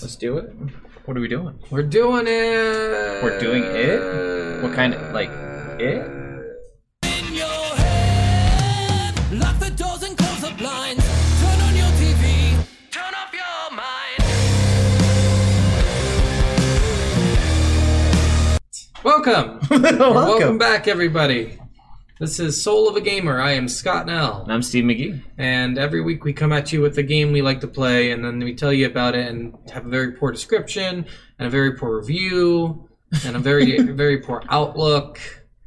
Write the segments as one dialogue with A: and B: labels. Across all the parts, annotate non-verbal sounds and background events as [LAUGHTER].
A: Let's do it.
B: What are we doing?
A: We're doing it.
B: We're doing it? What kind of- like, it? [LAUGHS]
C: in your head. Lock the doors and close the blinds. Turn on your TV. Turn off your mind.
A: Welcome.
B: [LAUGHS] Welcome.
A: Welcome back, everybody. This is Soul of a Gamer. I am Scott Nell.
B: I'm Steve McGee.
A: And every week we come at you with a game we like to play, and then we tell you about it and have a very poor description, and a very poor review, and a
B: [LAUGHS]
A: very, very poor outlook.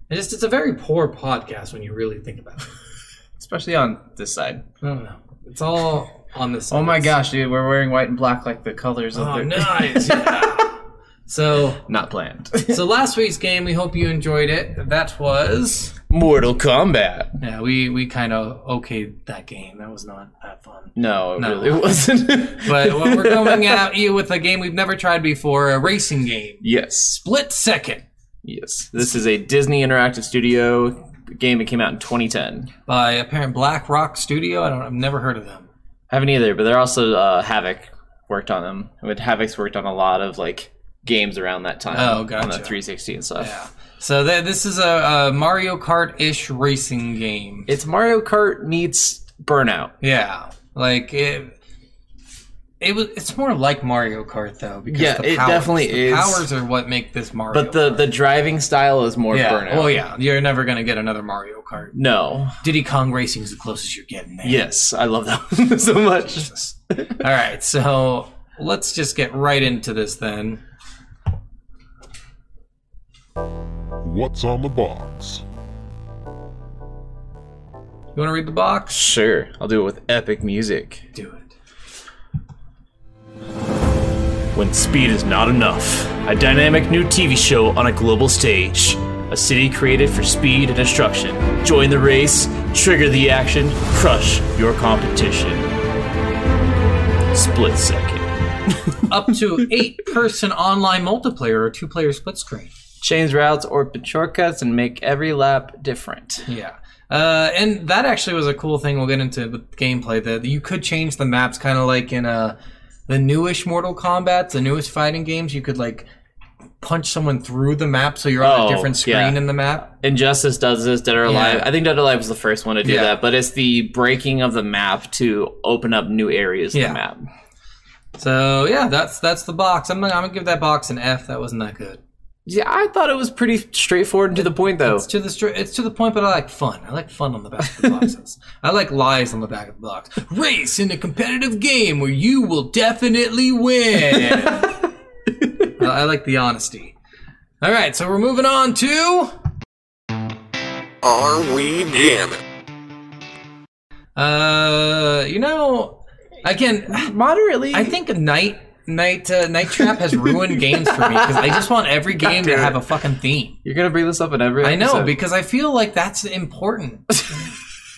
A: It's just, it's a very poor podcast when you really think about it.
B: Especially on this side.
A: I don't know. It's all on this.
B: Oh my gosh, dude, we're wearing white and black like the colors of
A: Oh,
B: the
A: nice. yeah. So,
B: [LAUGHS] not planned.
A: so last week's game, we hope you enjoyed it. That was.
B: [LAUGHS] Mortal Kombat.
A: Yeah, we we kind of okayed that game. That was not that fun.
B: No, it
A: No.
B: really [LAUGHS] wasn't.
A: But what we're coming at you with a game we've never tried before, a racing game.
B: Yes.
A: Split second.
B: Yes. This is a Disney Interactive Studio game that came out in 2010.
A: By apparent Black Rock Studio. I don't I've never heard of them.
B: I haven't either, but they're also uh, Havoc worked on them. I mean, Havoc's worked on a lot of like games around that time.
A: Oh,
B: On the
A: gotcha.
B: 360 and stuff.
A: Yeah. So th- this is a, a Mario Kart-ish racing game.
B: It's Mario Kart meets Burnout.
A: yeah. Like it it was it's more like Mario Kart though because
B: Yeah,
A: the
B: it
A: powers,
B: definitely
A: the
B: is.
A: powers are what make this Mario.
B: But the,
A: Kart.
B: the driving style is more
A: yeah.
B: burnout.
D: Oh,
A: Well, yeah, you're never gonna get another Mario Kart.
B: No.
A: Diddy Kong Racing's the closest you're getting there.
B: Yes, I love that [LAUGHS] one so much.
A: All right, so let's just get right into this then.
E: What's on the box?
A: You want to read the box?
B: Sure, I'll do it with epic music.
A: Do it.
D: When speed is not enough, a dynamic new TV show on a global stage. A city created for speed and destruction. Join the race, trigger the action, crush your competition. Split second.
A: Up
B: [LAUGHS]
A: to eight person online multiplayer or two player split screen.
B: Change routes or put shortcuts and make every lap different.
A: Yeah. Uh, and that actually was a cool thing we'll get into with gameplay that you could change the maps kind of like in uh the newish Mortal Kombat, the newest fighting games, you could like punch someone through the map so you're on
B: Oh,
A: a different screen
B: yeah.
A: in the map.
B: Injustice does this, Dead or Alive.
A: Yeah.
B: I think Dead or Alive was the first one to do
A: Yeah.
B: that, but it's the breaking of the map to open up new areas of
A: Yeah.
B: the map.
A: So yeah, that's that's the box. I'm gonna, I'm gonna give that box an F. That wasn't that good.
B: Yeah, I thought it was pretty straightforward and to the point though.
A: It's to the str- it's to the point, but I like fun. I like fun on the back of the boxes. I like lies on the back of the box. Race in a competitive game where you will definitely win.
B: [LAUGHS]
A: I, I like the honesty. All right, so we're moving on to
E: Are we gaming?
A: uh, you know, again,
B: Moderately,
A: I think night night uh, night trap has ruined games for me because I just want every game to have a fucking theme.
B: You're gonna bring this up in every.
A: I know
B: episode.
A: because I feel like that's
B: [LAUGHS]
A: important.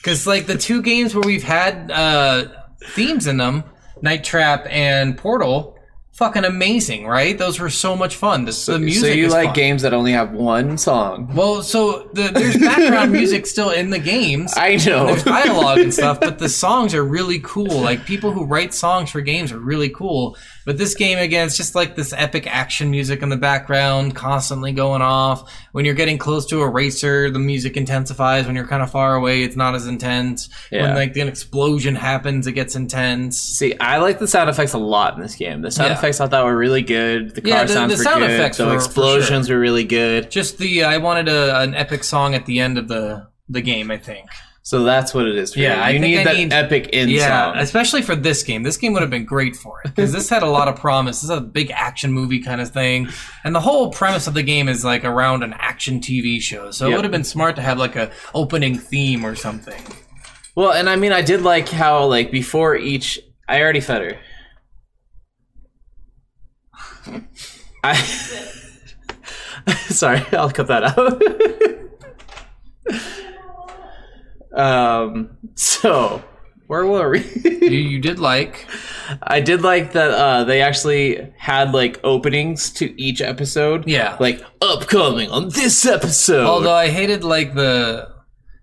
A: Because like the two games where we've had uh, themes in them, Night Trap and Portal, fucking amazing, right? Those were so much fun. This, the music.
B: so you
A: is
B: like
A: fun.
B: games that only have one song.
A: Well, so the, there's background music still in the games.
B: [LAUGHS] I know.
A: there's dialogue and stuff, but the songs are really cool. Like people who write songs for games are really cool. But this game again, it's just like this epic action music in the background, constantly going off. When you're getting close to a racer, the music intensifies. When you're kind of far away, it's not as intense. When
B: Yeah.
A: like an explosion happens, it gets intense.
B: See, I like the sound effects a lot in this game. The sound
A: Yeah.
B: effects I thought were really good. The car
A: Yeah, the-
B: sounds
A: the
B: were
A: sound
B: good.
A: effects
B: the
A: were- for
B: explosions were really good.
A: Just the I wanted a, an epic song at the end of the the game. I think.
B: So that's what it is. For
A: Yeah,
B: you.
A: I
B: you
A: think
B: need
A: I
B: that
A: need-
B: epic end
A: Yeah,
B: song.
A: especially for this game. This game would have been great for it because this had a lot of promise. This is a big action movie kind of thing, and the whole premise of the game is like around an action TV show. So it
B: Yep.
A: would have been smart to have like a opening theme or something.
B: Well, and I mean, I did like how like before each, I already fed her. I [LAUGHS] sorry, I'll cut that out. [LAUGHS] um, so [LAUGHS] where were we?
A: You, you did like,
B: I did like that uh, they actually had like openings to each episode.
A: Yeah.
B: Like upcoming on this episode.
A: although I hated like the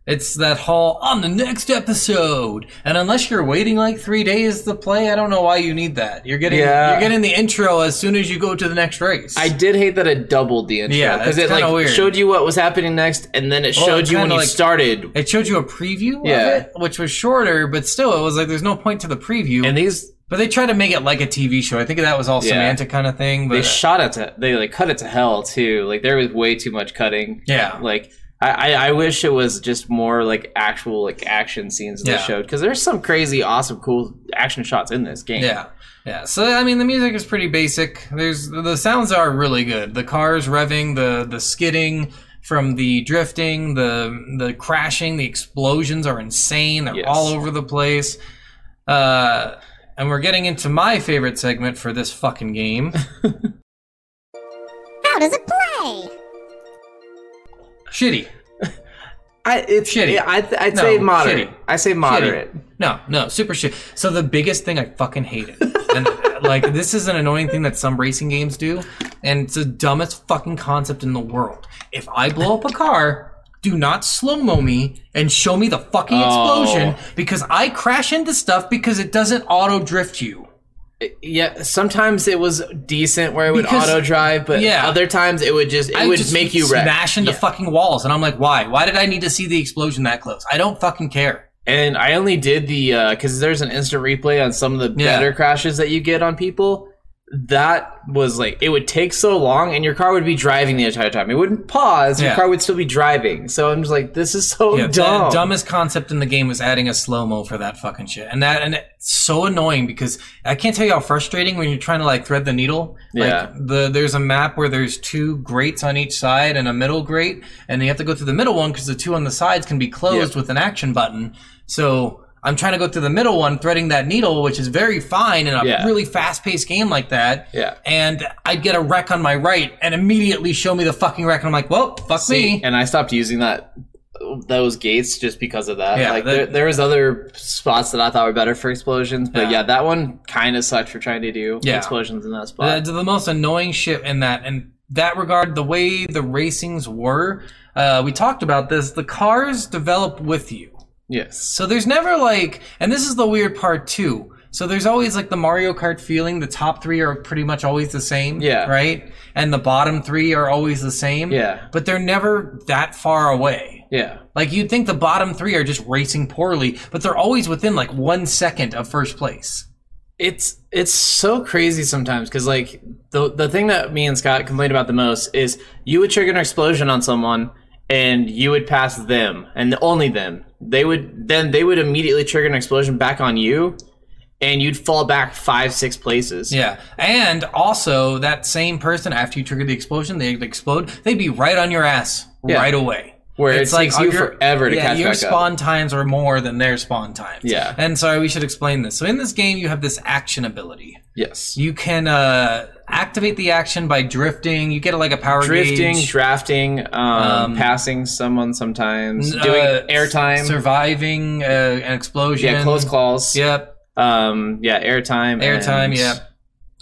A: It's that whole on the next episode. And unless you're waiting like three days to play, I don't know why you need that. You're getting
B: Yeah.
A: you're getting the intro as soon as you go to the next race.
B: I did hate that it doubled the intro
A: Yeah,
B: because
A: that's
B: it like
A: kinda weird.
B: showed you what was happening next, and then it
A: Well,
B: showed
A: it's
B: you when
A: kinda
B: you
A: like-
B: started.
A: it showed you a preview
B: Yeah.
A: of it, which was shorter, but still it was like there's no point to the preview.
B: And these
A: but they tried to make it like a TV show. I think that was all
B: Yeah.
A: semantic kind of thing. But
B: they shot it to they like cut it to hell too. Like there was way too much cutting.
A: Yeah.
B: Like I I, I wish it was just more like actual like action scenes that
A: Yeah.
B: they showed because there's some crazy awesome cool action shots in this game.
A: Yeah. Yeah. So I mean the music is pretty basic. There's the sounds are really good. The cars revving, the the skidding from the drifting, the the crashing, the explosions are insane. They're
B: Yes.
A: all over the place. Uh and we're getting into my favorite segment for this
B: [LAUGHS]
A: fucking game.
F: How does it play?
A: Shitty.
B: I it's
A: Shitty.
B: Yeah, I I'd
A: No,
B: say moderate.
A: shitty.
B: I say moderate.
A: Shitty. No, no, super shit. So the biggest thing I fucking hated, and [LAUGHS] like this is an annoying thing that some racing games do, and it's the dumbest fucking concept in the world. If I blow up a car. Do not slow mo me and show me the fucking explosion
B: Oh.
A: because I crash into stuff because it doesn't auto drift you.
B: Yeah, sometimes it was decent where it would
A: Because-
B: auto drive, but
A: yeah.
B: other times it would just it
A: I
B: would
A: just
B: make you wreck.
A: smash into fucking walls, and I'm like, why? Why did I need to see the explosion that close? I don't fucking care.
B: And I only did the because there's an instant replay on some of the
A: Yeah.
B: better crashes that you get on people. That was like it would take so long, and your car would be driving the entire time. It wouldn't pause; your
A: Yeah.
B: car would still be driving. So I'm just like, this is so
A: Yeah,
B: dumb.
A: The dumbest concept in the game was adding a slow mo for that fucking shit, and that and it's so annoying because I can't tell you how frustrating when you're trying to like thread the needle.
B: Yeah.
A: Like the there's a map where there's two grates on each side and a middle grate, and you have to go through the middle one because the two on the sides can be closed with an action button. So. I'm trying to go through the middle one, threading that needle, which is very fine in a
B: Yeah.
A: really fast-paced game like that.
B: Yeah.
A: And I'd get a wreck on my right, and immediately show me the fucking wreck, and I'm like, "Well, fuck me."
B: and I stopped using that those gates just because of that.
A: Yeah,
B: like
A: that-
B: there, there was other spots that I thought were better for explosions, but yeah,
A: Yeah.
B: that one kind of sucked for trying to do
A: Yeah.
B: explosions in that
A: Uh,
B: spot.
A: the most annoying shit in that in that regard the way the racings were uh, we talked about this the cars develop with you
B: yes.
A: so there's never like and this is the weird part too so there's always like the mario kart feeling the top three are pretty much always the same
B: Yeah.
A: right and the bottom three are always the same
B: Yeah.
A: but they're never that far away
B: Yeah.
A: like you'd think the bottom three are just racing poorly but they're always within like one second of first place
B: it's it's so crazy sometimes because like the the thing that me and Scott complained about the most is you would trigger an explosion on someone and you would pass them and only them. They would then they would immediately trigger an explosion back on you, and you'd fall back five six places.
A: Yeah, and also that same person after you trigger the explosion, they explode. They'd be right on your ass
B: Yeah.
A: right away.
B: Where it takes you
A: your-
B: forever to
A: yeah,
B: catch
A: your
B: back up.
A: spawn times are more than their spawn times.
B: Yeah.
A: and sorry, we should explain this. So in this game, you have this action ability.
B: Yes.
A: You can uh, activate the action by drifting. You get like a power
B: Drifting,
A: gauge.
B: drafting, um, passing someone sometimes, doing
A: uh,
B: airtime.
A: surviving uh, an explosion.
B: yeah, close calls.
A: Yep.
B: Um, yeah, airtime. and-
A: Airtime. Yep.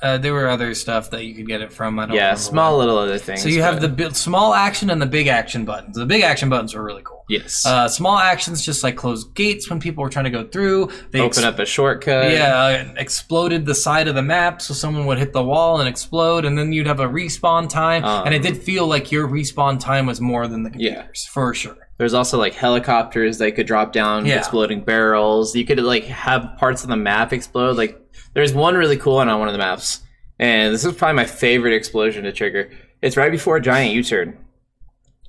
A: Uh, there were other stuff that you could get it from. I don't
B: Yeah,
A: remember
B: small little other things.
A: So you have
B: but-
A: the bi- small action and the big action buttons. The big action buttons are really cool.
B: Yes.
A: Uh, small actions just like close gates when people were trying to go through. They
B: Open up a shortcut.
A: Yeah, uh, exploded the side of the map, so someone would hit the wall and explode, and then you'd have a respawn time.
B: Um,
A: and it did feel like your respawn time was more than the
B: Yeah.
A: computers for sure.
B: There's also like helicopters that could drop down
A: Yeah.
B: exploding barrels. You could like have parts of the map explode. Like there's one really cool one on one of the maps, and this is probably my favorite explosion to trigger. It's right before a giant U-turn,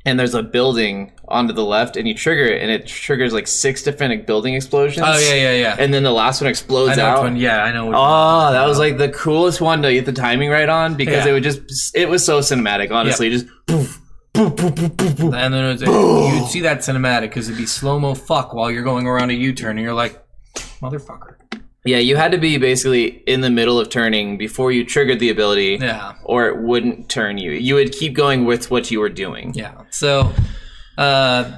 B: and there's a building onto the left, and you trigger it, and it triggers like six different building explosions.
A: Oh yeah, yeah, yeah.
B: And then the last one explodes
A: I know
B: out.
A: which one. Yeah, I know. Which one.
B: Oh, that was like the coolest one to get the timing right on because
A: Yeah.
B: it would just it was so cinematic. Honestly, just poof, poof, poof, poof, poof, poof.
A: And then it was a, you'd see that cinematic because it'd be slow mo fuck while you're going around a U-turn, and you're like, motherfucker.
B: Yeah, you had to be basically in the middle of turning before you triggered the ability,
A: Yeah.
B: or it wouldn't turn you. You would keep going with what you were doing.
A: Yeah. So, uh,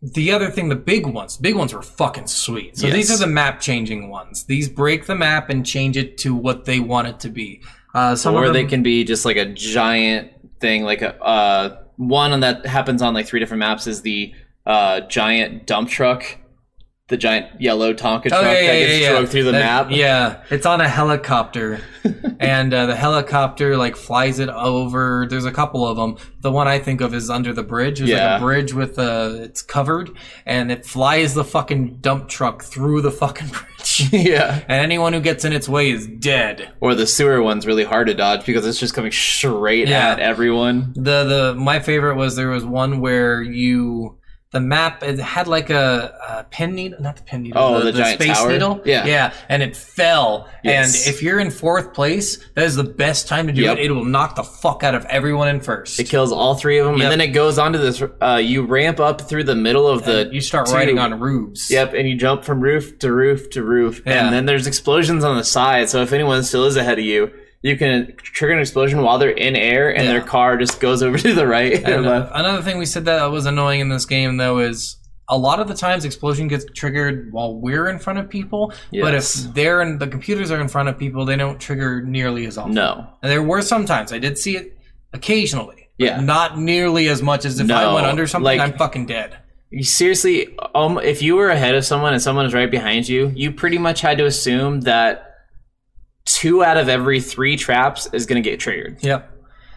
A: the other thing, the big ones, big ones were fucking sweet. So these
B: Yes.
A: are the map changing ones. These break the map and change it to what they want it to be. Uh, some
B: Or
A: of
B: they
A: them,
B: can be just like a giant thing, like a uh, one that happens on like three different maps is the uh, giant dump truck, the giant yellow Tonka truck
A: Oh yeah, yeah,
B: that
A: yeah,
B: gets
A: yeah.
B: drove through the map.
A: That- Yeah, it's on
B: [LAUGHS]
A: a helicopter, and uh, the helicopter like flies it over. There's a couple of them. The one I think of is under the bridge. There's
B: Yeah.
A: like a bridge with uh, it's covered, and it flies the fucking dump truck through the fucking [LAUGHS] bridge.
B: [LAUGHS] yeah.
A: and anyone who gets in its way is dead.
B: Or the sewer one's really hard to dodge because it's just coming straight
A: Yeah.
B: at everyone.
A: the the my favorite was there was one where you the map it had like a, a pin needle not the pin needle
B: Oh, the giant
A: space
B: tower?
A: needle
B: Yeah.
A: yeah and it fell
B: Yes.
A: and if you're in fourth place that is the best time to do
B: Yep.
A: it it will knock the fuck out of everyone in first
B: It kills all three of them,
A: Yep.
B: and then it goes onto this. Uh, you ramp up through the middle of the.
A: you start
B: two-
A: riding on roofs
B: Yep, and you jump from roof to roof to roof,
A: Yeah.
B: and then there's explosions on the side. So if anyone still is ahead of you, you can trigger an explosion while they're in air, and
A: Yeah.
B: their car just goes [LAUGHS] over to the right and
A: And, uh,
B: left.
A: another thing we said that was annoying in this game though is a lot of the times explosion gets triggered while we're in front of people but
B: Yes.
A: if they're in the computers are in front of people they don't trigger nearly as often
B: No,
A: And there were some times I did see it occasionally. but
B: Yeah.
A: Not nearly as much as if I
B: No,
A: went under something,
B: like-
A: I'm fucking dead.
B: You seriously, um, if you were ahead of someone and someone was right behind you, you pretty much had to assume that two out of every three traps is going to get triggered.
A: Yep.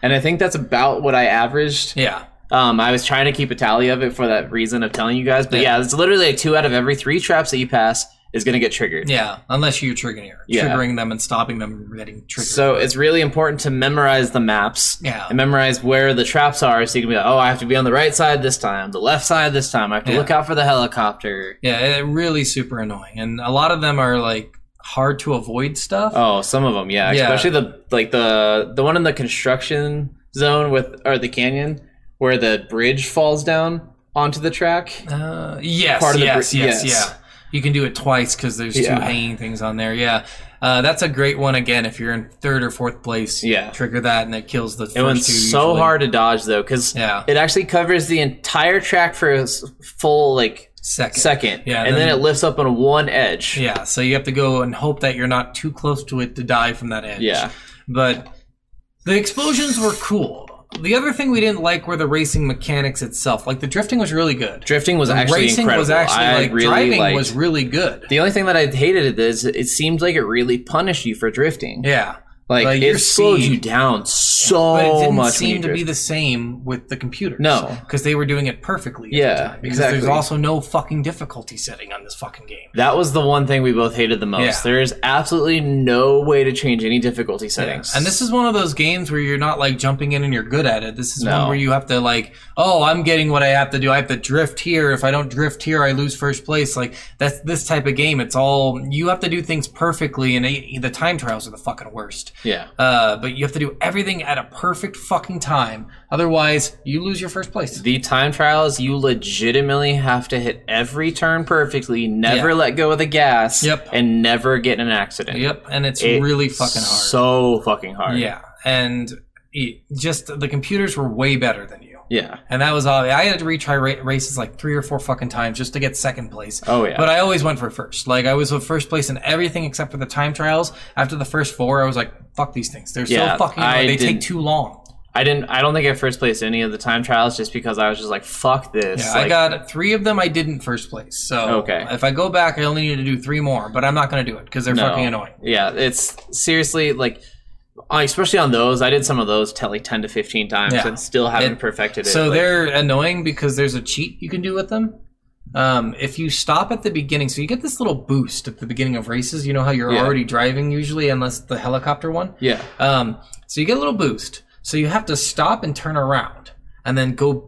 B: And I think that's about what I averaged.
A: Yeah.
B: Um, I was trying to keep a tally of it for that reason of telling you guys, but
A: Yeah.
B: yeah, it's literally like two out of every three traps that you pass is going to get triggered.
A: Yeah. Unless you trigger
B: Yeah.
A: triggering them and stopping them from getting triggered.
B: So it's really important to memorize the maps
A: Yeah.
B: and memorize where the traps are, so you can be like, oh, I have to be on the right side this time, the left side this time. I have to
A: Yeah.
B: look out for the helicopter.
A: yeah, it really super annoying. And a lot of them are like hard to avoid stuff.
B: Oh, some of them, yeah.
A: Yeah.
B: Especially the like the the one in the construction zone with or the canyon where the bridge falls down onto the track.
A: Uh, yes,
B: Part of the
A: yes,
B: bri-
A: yes,
B: yes.
A: yeah. You can do it twice because there's
B: Yeah.
A: two hanging things on there. Yeah. Uh, that's a great one again. If you're in third or fourth place,
B: Yeah.
A: trigger that and it kills the first
B: It went
A: two.
B: so
A: usually.
B: hard to dodge though, because
A: Yeah.
B: it actually covers the entire track for a s- full like
A: Second.
B: second,
A: Yeah,
B: and then,
A: then-
B: it lifts up on one edge.
A: Yeah, so you have to go and hope that you're not too close to it to die from that edge.
B: Yeah.
A: But the explosions were cool. The other thing we didn't like were the racing mechanics itself. Like the drifting was really good.
B: Drifting was
A: The
B: actually
A: racing
B: incredible.
A: was actually
B: I
A: like
B: really
A: driving
B: liked-
A: was really good.
B: The only thing that I hated is it seemed like it really punished you for drifting.
A: Yeah.
B: Like,
A: Like, your
B: it slowed
A: speed-
B: you down so
A: But it didn't
B: much. when
A: seem
B: you
A: to be
B: drifted.
A: the same with the computers.
B: No.
A: Because they were doing it perfectly. every
B: Yeah,
A: time, Because
B: exactly.
A: there's also no fucking difficulty setting on this fucking game.
B: That was the one thing we both hated the most.
A: Yeah.
B: There is absolutely no way to change any difficulty settings.
A: And this is one of those games where you're not like jumping in and you're good at it. This is
B: No.
A: one where you have to like, oh, I'm getting what I have to do. I have to drift here. If I don't drift here, I lose first place. Like that's this type of game. It's all you have to do things perfectly, and eh, the time trials are the fucking worst.
B: yeah,
A: Uh, but you have to do everything at a perfect fucking time. Otherwise, you lose your first place.
B: the time trials you legitimately have to hit every turn perfectly, never
A: Yeah.
B: let go of the gas,
A: Yep.
B: and never get in an accident.
A: Yep, and it's
B: It's
A: really fucking hard.
B: So fucking hard.
A: yeah, and it, just the computers were way better than you.
B: yeah.
A: And that was all. I had to retry ra- races like three or four fucking times just to get second place.
B: Oh, yeah.
A: But I always went for first. Like I was with first place in everything except for the time trials. After the first four, I was like, "Fuck these things. They're
B: Yeah,
A: so fucking.
B: I
A: hard. They take
B: didn't-
A: too long."
B: I didn't. I don't think I first placed any of the time trials just because I was just like, "Fuck this."
A: Yeah, I
B: like-
A: got three of them. I didn't first place. So
B: Okay.
A: if I go back, I only need to do three more. But I'm not going to do it because they're
B: No.
A: fucking annoying.
B: Yeah, it's seriously like, I- especially on those. I did some of those t- like ten to fifteen times
A: Yeah.
B: and still haven't
A: It-
B: perfected it.
A: So
B: like-
A: they're annoying because there's a cheat you can do with them. Um, if you stop at the beginning, so you get this little boost at the beginning of races. You know how you're
B: Yeah.
A: already driving usually, unless the helicopter one.
B: yeah.
A: Um, so you get a little boost. So you have to stop and turn around and then go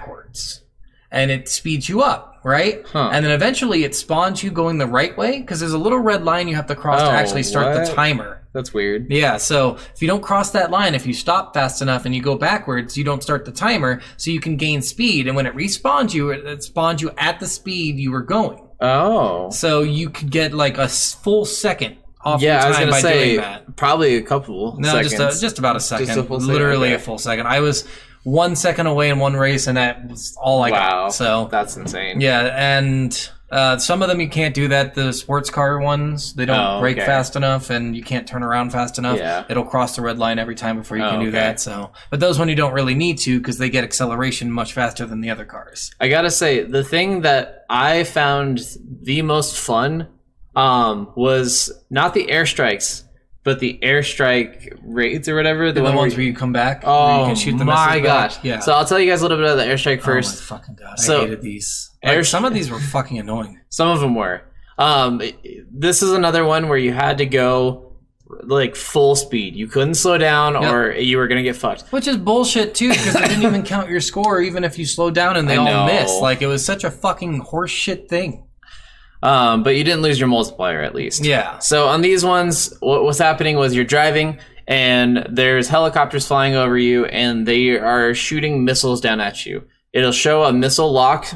A: backwards. And it speeds you up, right?
B: Huh.
A: And then eventually it spawns you going the right way because there's a little red line you have to cross
B: Oh,
A: to actually start the
B: what?
A: timer.
B: That's weird.
A: Yeah, so if you don't cross that line, if you stop fast enough and you go backwards, you don't start the timer, so you can gain speed. And when it respawns you, it, it spawns you at the speed you were going.
B: Oh.
A: So you could get like a s- full second off
B: Yeah, I
A: your
B: was
A: time
B: gonna
A: by doing
B: say
A: that.
B: probably a couple.
A: No,
B: seconds.
A: just a, just about a second.
B: a full second,
A: Literally
B: okay.
A: a full second. I was one second away in one race, and that was all I
B: wow.
A: got. So
B: that's insane.
A: yeah, and Uh, some of them you can't do that. The sports car ones, they don't
B: Oh,
A: brake
B: okay.
A: fast enough, and you can't turn around fast enough.
B: Yeah.
A: It'll cross the red line every time before you
B: Oh,
A: can do
B: okay.
A: that. So, but those one you don't really need to because they get acceleration much faster than the other cars.
B: I gotta say, the thing that I found the most fun um, was not the airstrikes, but the airstrike raids or whatever. The,
A: The
B: one
A: ones
B: where
A: where you come back, where
B: oh
A: you can shoot the
B: my
A: missiles back.
B: gosh!
A: yeah.
B: So I'll tell you guys a little bit of the airstrike
A: Oh my
B: first.
A: fucking god, I
B: So-
A: hated these. Like,
B: Air-
A: some of these were fucking annoying.
B: Some of them were. Um, this is another one where you had to go like full speed. You couldn't slow down, or you were gonna get fucked.
A: Which is bullshit too, because they
B: [LAUGHS]
A: didn't even count your score, even if you slowed down and they
B: I
A: all
B: know.
A: missed. Like it was such a fucking horseshit thing.
B: Um, but you didn't lose your multiplier at least.
A: Yeah.
B: So on these ones, what was happening was you're driving and there's helicopters flying over you and they are shooting missiles down at you. It'll show a missile lock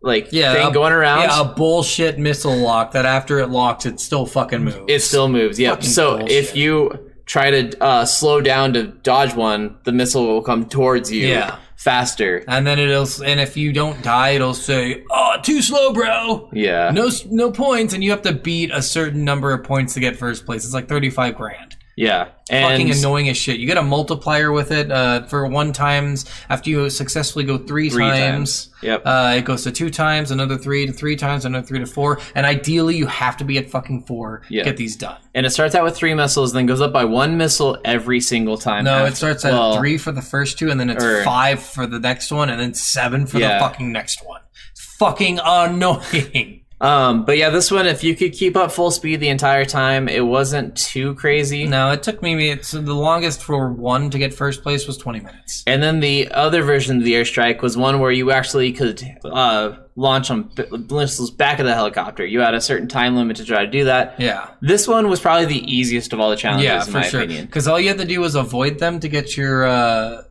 B: like
A: Yeah,
B: thing
A: a-
B: going around.
A: Yeah, a bullshit missile lock that after it locks, it still fucking moves.
B: it still moves. Yep.
A: Fucking
B: So
A: bullshit.
B: if you try to uh, slow down to dodge one, the missile will come towards you
A: Yeah.
B: faster.
A: and then it'll s- and if you don't die, it'll say, "Oh, too slow, bro."
B: Yeah.
A: No, s- no points, and you have to beat a certain number of points to get first place. It's like thirty-five grand.
B: Yeah. And
A: fucking annoying as shit. You get a multiplier with it uh, for one times. After you successfully go three,
B: Three times.
A: times,
B: Yep.
A: uh, it goes to two times, another three to three times, another three to four, and ideally you have to be at fucking four
B: Yeah.
A: to get these done.
B: and it starts out with three missiles, then goes up by one missile every single time.
A: No,
B: after-
A: it starts at
B: well,
A: three for the first two, and then it's
B: or-
A: five for the next one, and then seven for
B: Yeah.
A: the fucking next one. It's fucking annoying. [LAUGHS]
B: Um, but yeah, this one, if you could keep up full speed the entire time, it wasn't too crazy.
A: no, it took me. It's the longest for one to get first place was twenty minutes.
B: And then the other version of the airstrike was one where you actually could uh, launch on b- missiles back of the helicopter. You had a certain time limit to try to do that.
A: Yeah.
B: This one was probably the easiest of all the challenges,
A: Yeah,
B: in
A: for
B: my
A: sure.
B: opinion,
A: Because all you had to do was avoid them to get your uh,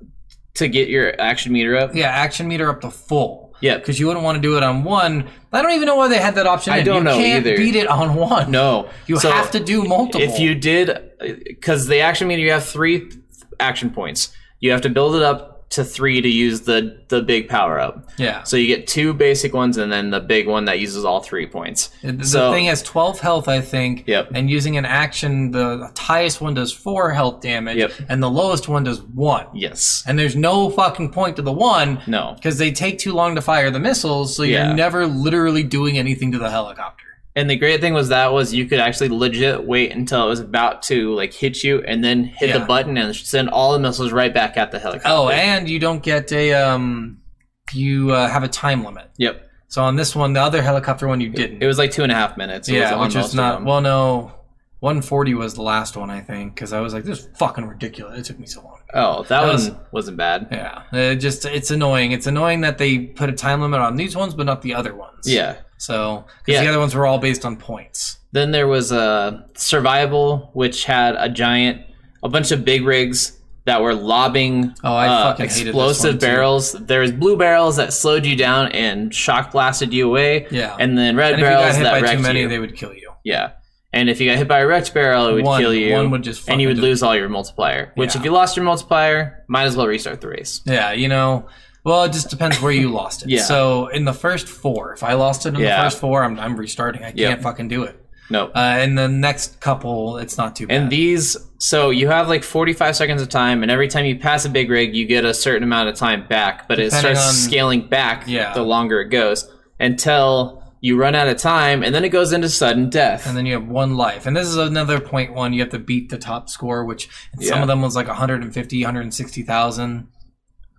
B: to get your action meter up.
A: yeah action meter up to full.
B: Yeah.
A: because you wouldn't want to do it on one. I don't even know why they had that option.
B: I
A: in.
B: don't
A: you
B: know
A: can't
B: either.
A: Beat it on one.
B: No,
A: you
B: So-
A: have to do multiple.
B: If you did, because the action meter, you have three action points. You have to build it up to three to use the the big power up.
A: yeah.
B: So you get two basic ones and then the big one that uses all three points.
A: The
B: so
A: thing has 12 health, I think.
B: Yep.
A: And using an action, the highest one does 4 health damage,
B: Yep.
A: and the lowest one does 1.
B: yes,
A: And there's no fucking point to the 1.
B: No.
A: Because they take too long to fire the missiles, so
B: Yeah.
A: you're never literally doing anything to the helicopter.
B: and the great thing was that was you could actually legit wait until it was about to like hit you and then hit the
A: Yeah.
B: button and send all the missiles right back at the helicopter.
A: Oh, and you don't get a, um, you uh, have a time limit.
B: yep,
A: So on this one, the other helicopter one, you didn't.
B: it was like two and a half minutes. It was
A: yeah,
B: on
A: which
B: most
A: is
B: of
A: not,
B: them.
A: well, no. 140 was the last one, I think, because I was like, this is fucking ridiculous. It took me so long.
B: Oh, that,
A: that
B: one
A: was-
B: wasn't bad.
A: Yeah, it just it's annoying. It's annoying that they put a time limit on these ones, but not the other ones.
B: Yeah.
A: So 'cause
B: Yeah.
A: the other ones were all based on points.
B: Then there was uh, survival, which had a giant, a bunch of big rigs that were lobbing
A: Oh, I
B: uh,
A: fucking hated this one,
B: explosive
A: too.
B: barrels. There was blue barrels that slowed you down and shock blasted you away.
A: Yeah.
B: and then red
A: And if you got
B: barrels
A: hit
B: that
A: by
B: wrecked
A: too many,
B: you.
A: they would kill you.
B: yeah, and if you got hit by a wrecked barrel, it would
A: One-
B: kill you.
A: one would just
B: and you would
A: fucking do-
B: lose all your multiplier. Which,
A: Yeah.
B: if you lost your multiplier, might as well restart the race.
A: Yeah, you know. Well, it just depends where you lost
B: [LAUGHS]
A: it.
B: Yeah.
A: So in the first four, if I lost it in
B: Yeah.
A: the first four, I'm I'm restarting. I can't fucking do it.
B: Nope.
A: Uh, and the next couple, it's not too bad.
B: And these, so you have like 45 seconds of time, and every time you pass a big rig, you get a certain amount of time back, but it
A: Depending
B: starts
A: on-
B: scaling back
A: Yeah.
B: the longer it goes until you run out of time, and then it goes into sudden death.
A: and then you have one life. And this is another point one. You have to beat the top score, which some
B: Yeah.
A: of them was like 150, 160,000.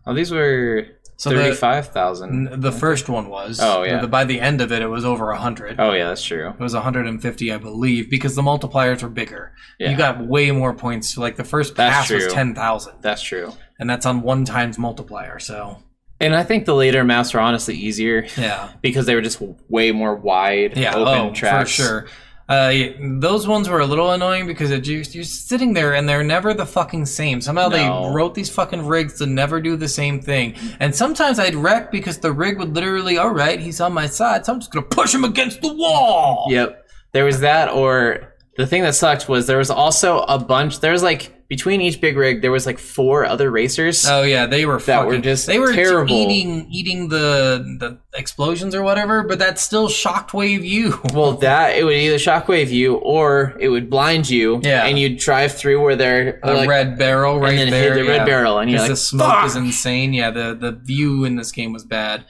B: oh, these were
A: So the-
B: 35,000.
A: N- The first one was.
B: Oh, yeah.
A: The- By the end of it, it was over 100.
B: oh, yeah, that's true.
A: It was 150, I believe, because the multipliers were bigger.
B: Yeah.
A: You got way more points. Like the first
B: That's
A: pass was
B: true.
A: 10,000,
B: That's true.
A: and that's on one times multiplier. So,
B: And I think the later maps were honestly easier
A: yeah.
B: because they were just way more wide,
A: Yeah.
B: open
A: oh,
B: tracks.
A: for sure. Uh, yeah, those ones were a little annoying because it, you're, you're sitting there and they're never the fucking same. Somehow
B: No.
A: they wrote these fucking rigs to never do the same thing. And sometimes I'd wreck because the rig would literally, all right, he's on my side, so I'm just gonna push him against the wall.
B: Yep. There was that, or the thing that sucked was there was also a bunch. There's like between each big rig, there was like four other racers.
A: Oh yeah, they were
B: That
A: fucking,
B: were just
A: they were
B: terrible.
A: eating eating the the explosions or whatever, but that's still
B: [LAUGHS]
A: shockwave you.
B: Well, that it would either shockwave you or it would blind you.
A: Yeah.
B: And you'd drive through where they're
A: The
B: like,
A: red barrel right
B: and then
A: there.
B: hit the red
A: yeah.
B: barrel, and you're
A: Because
B: like,
A: the smoke
B: "Fuck!"
A: is insane. Yeah, the the view in this game was bad.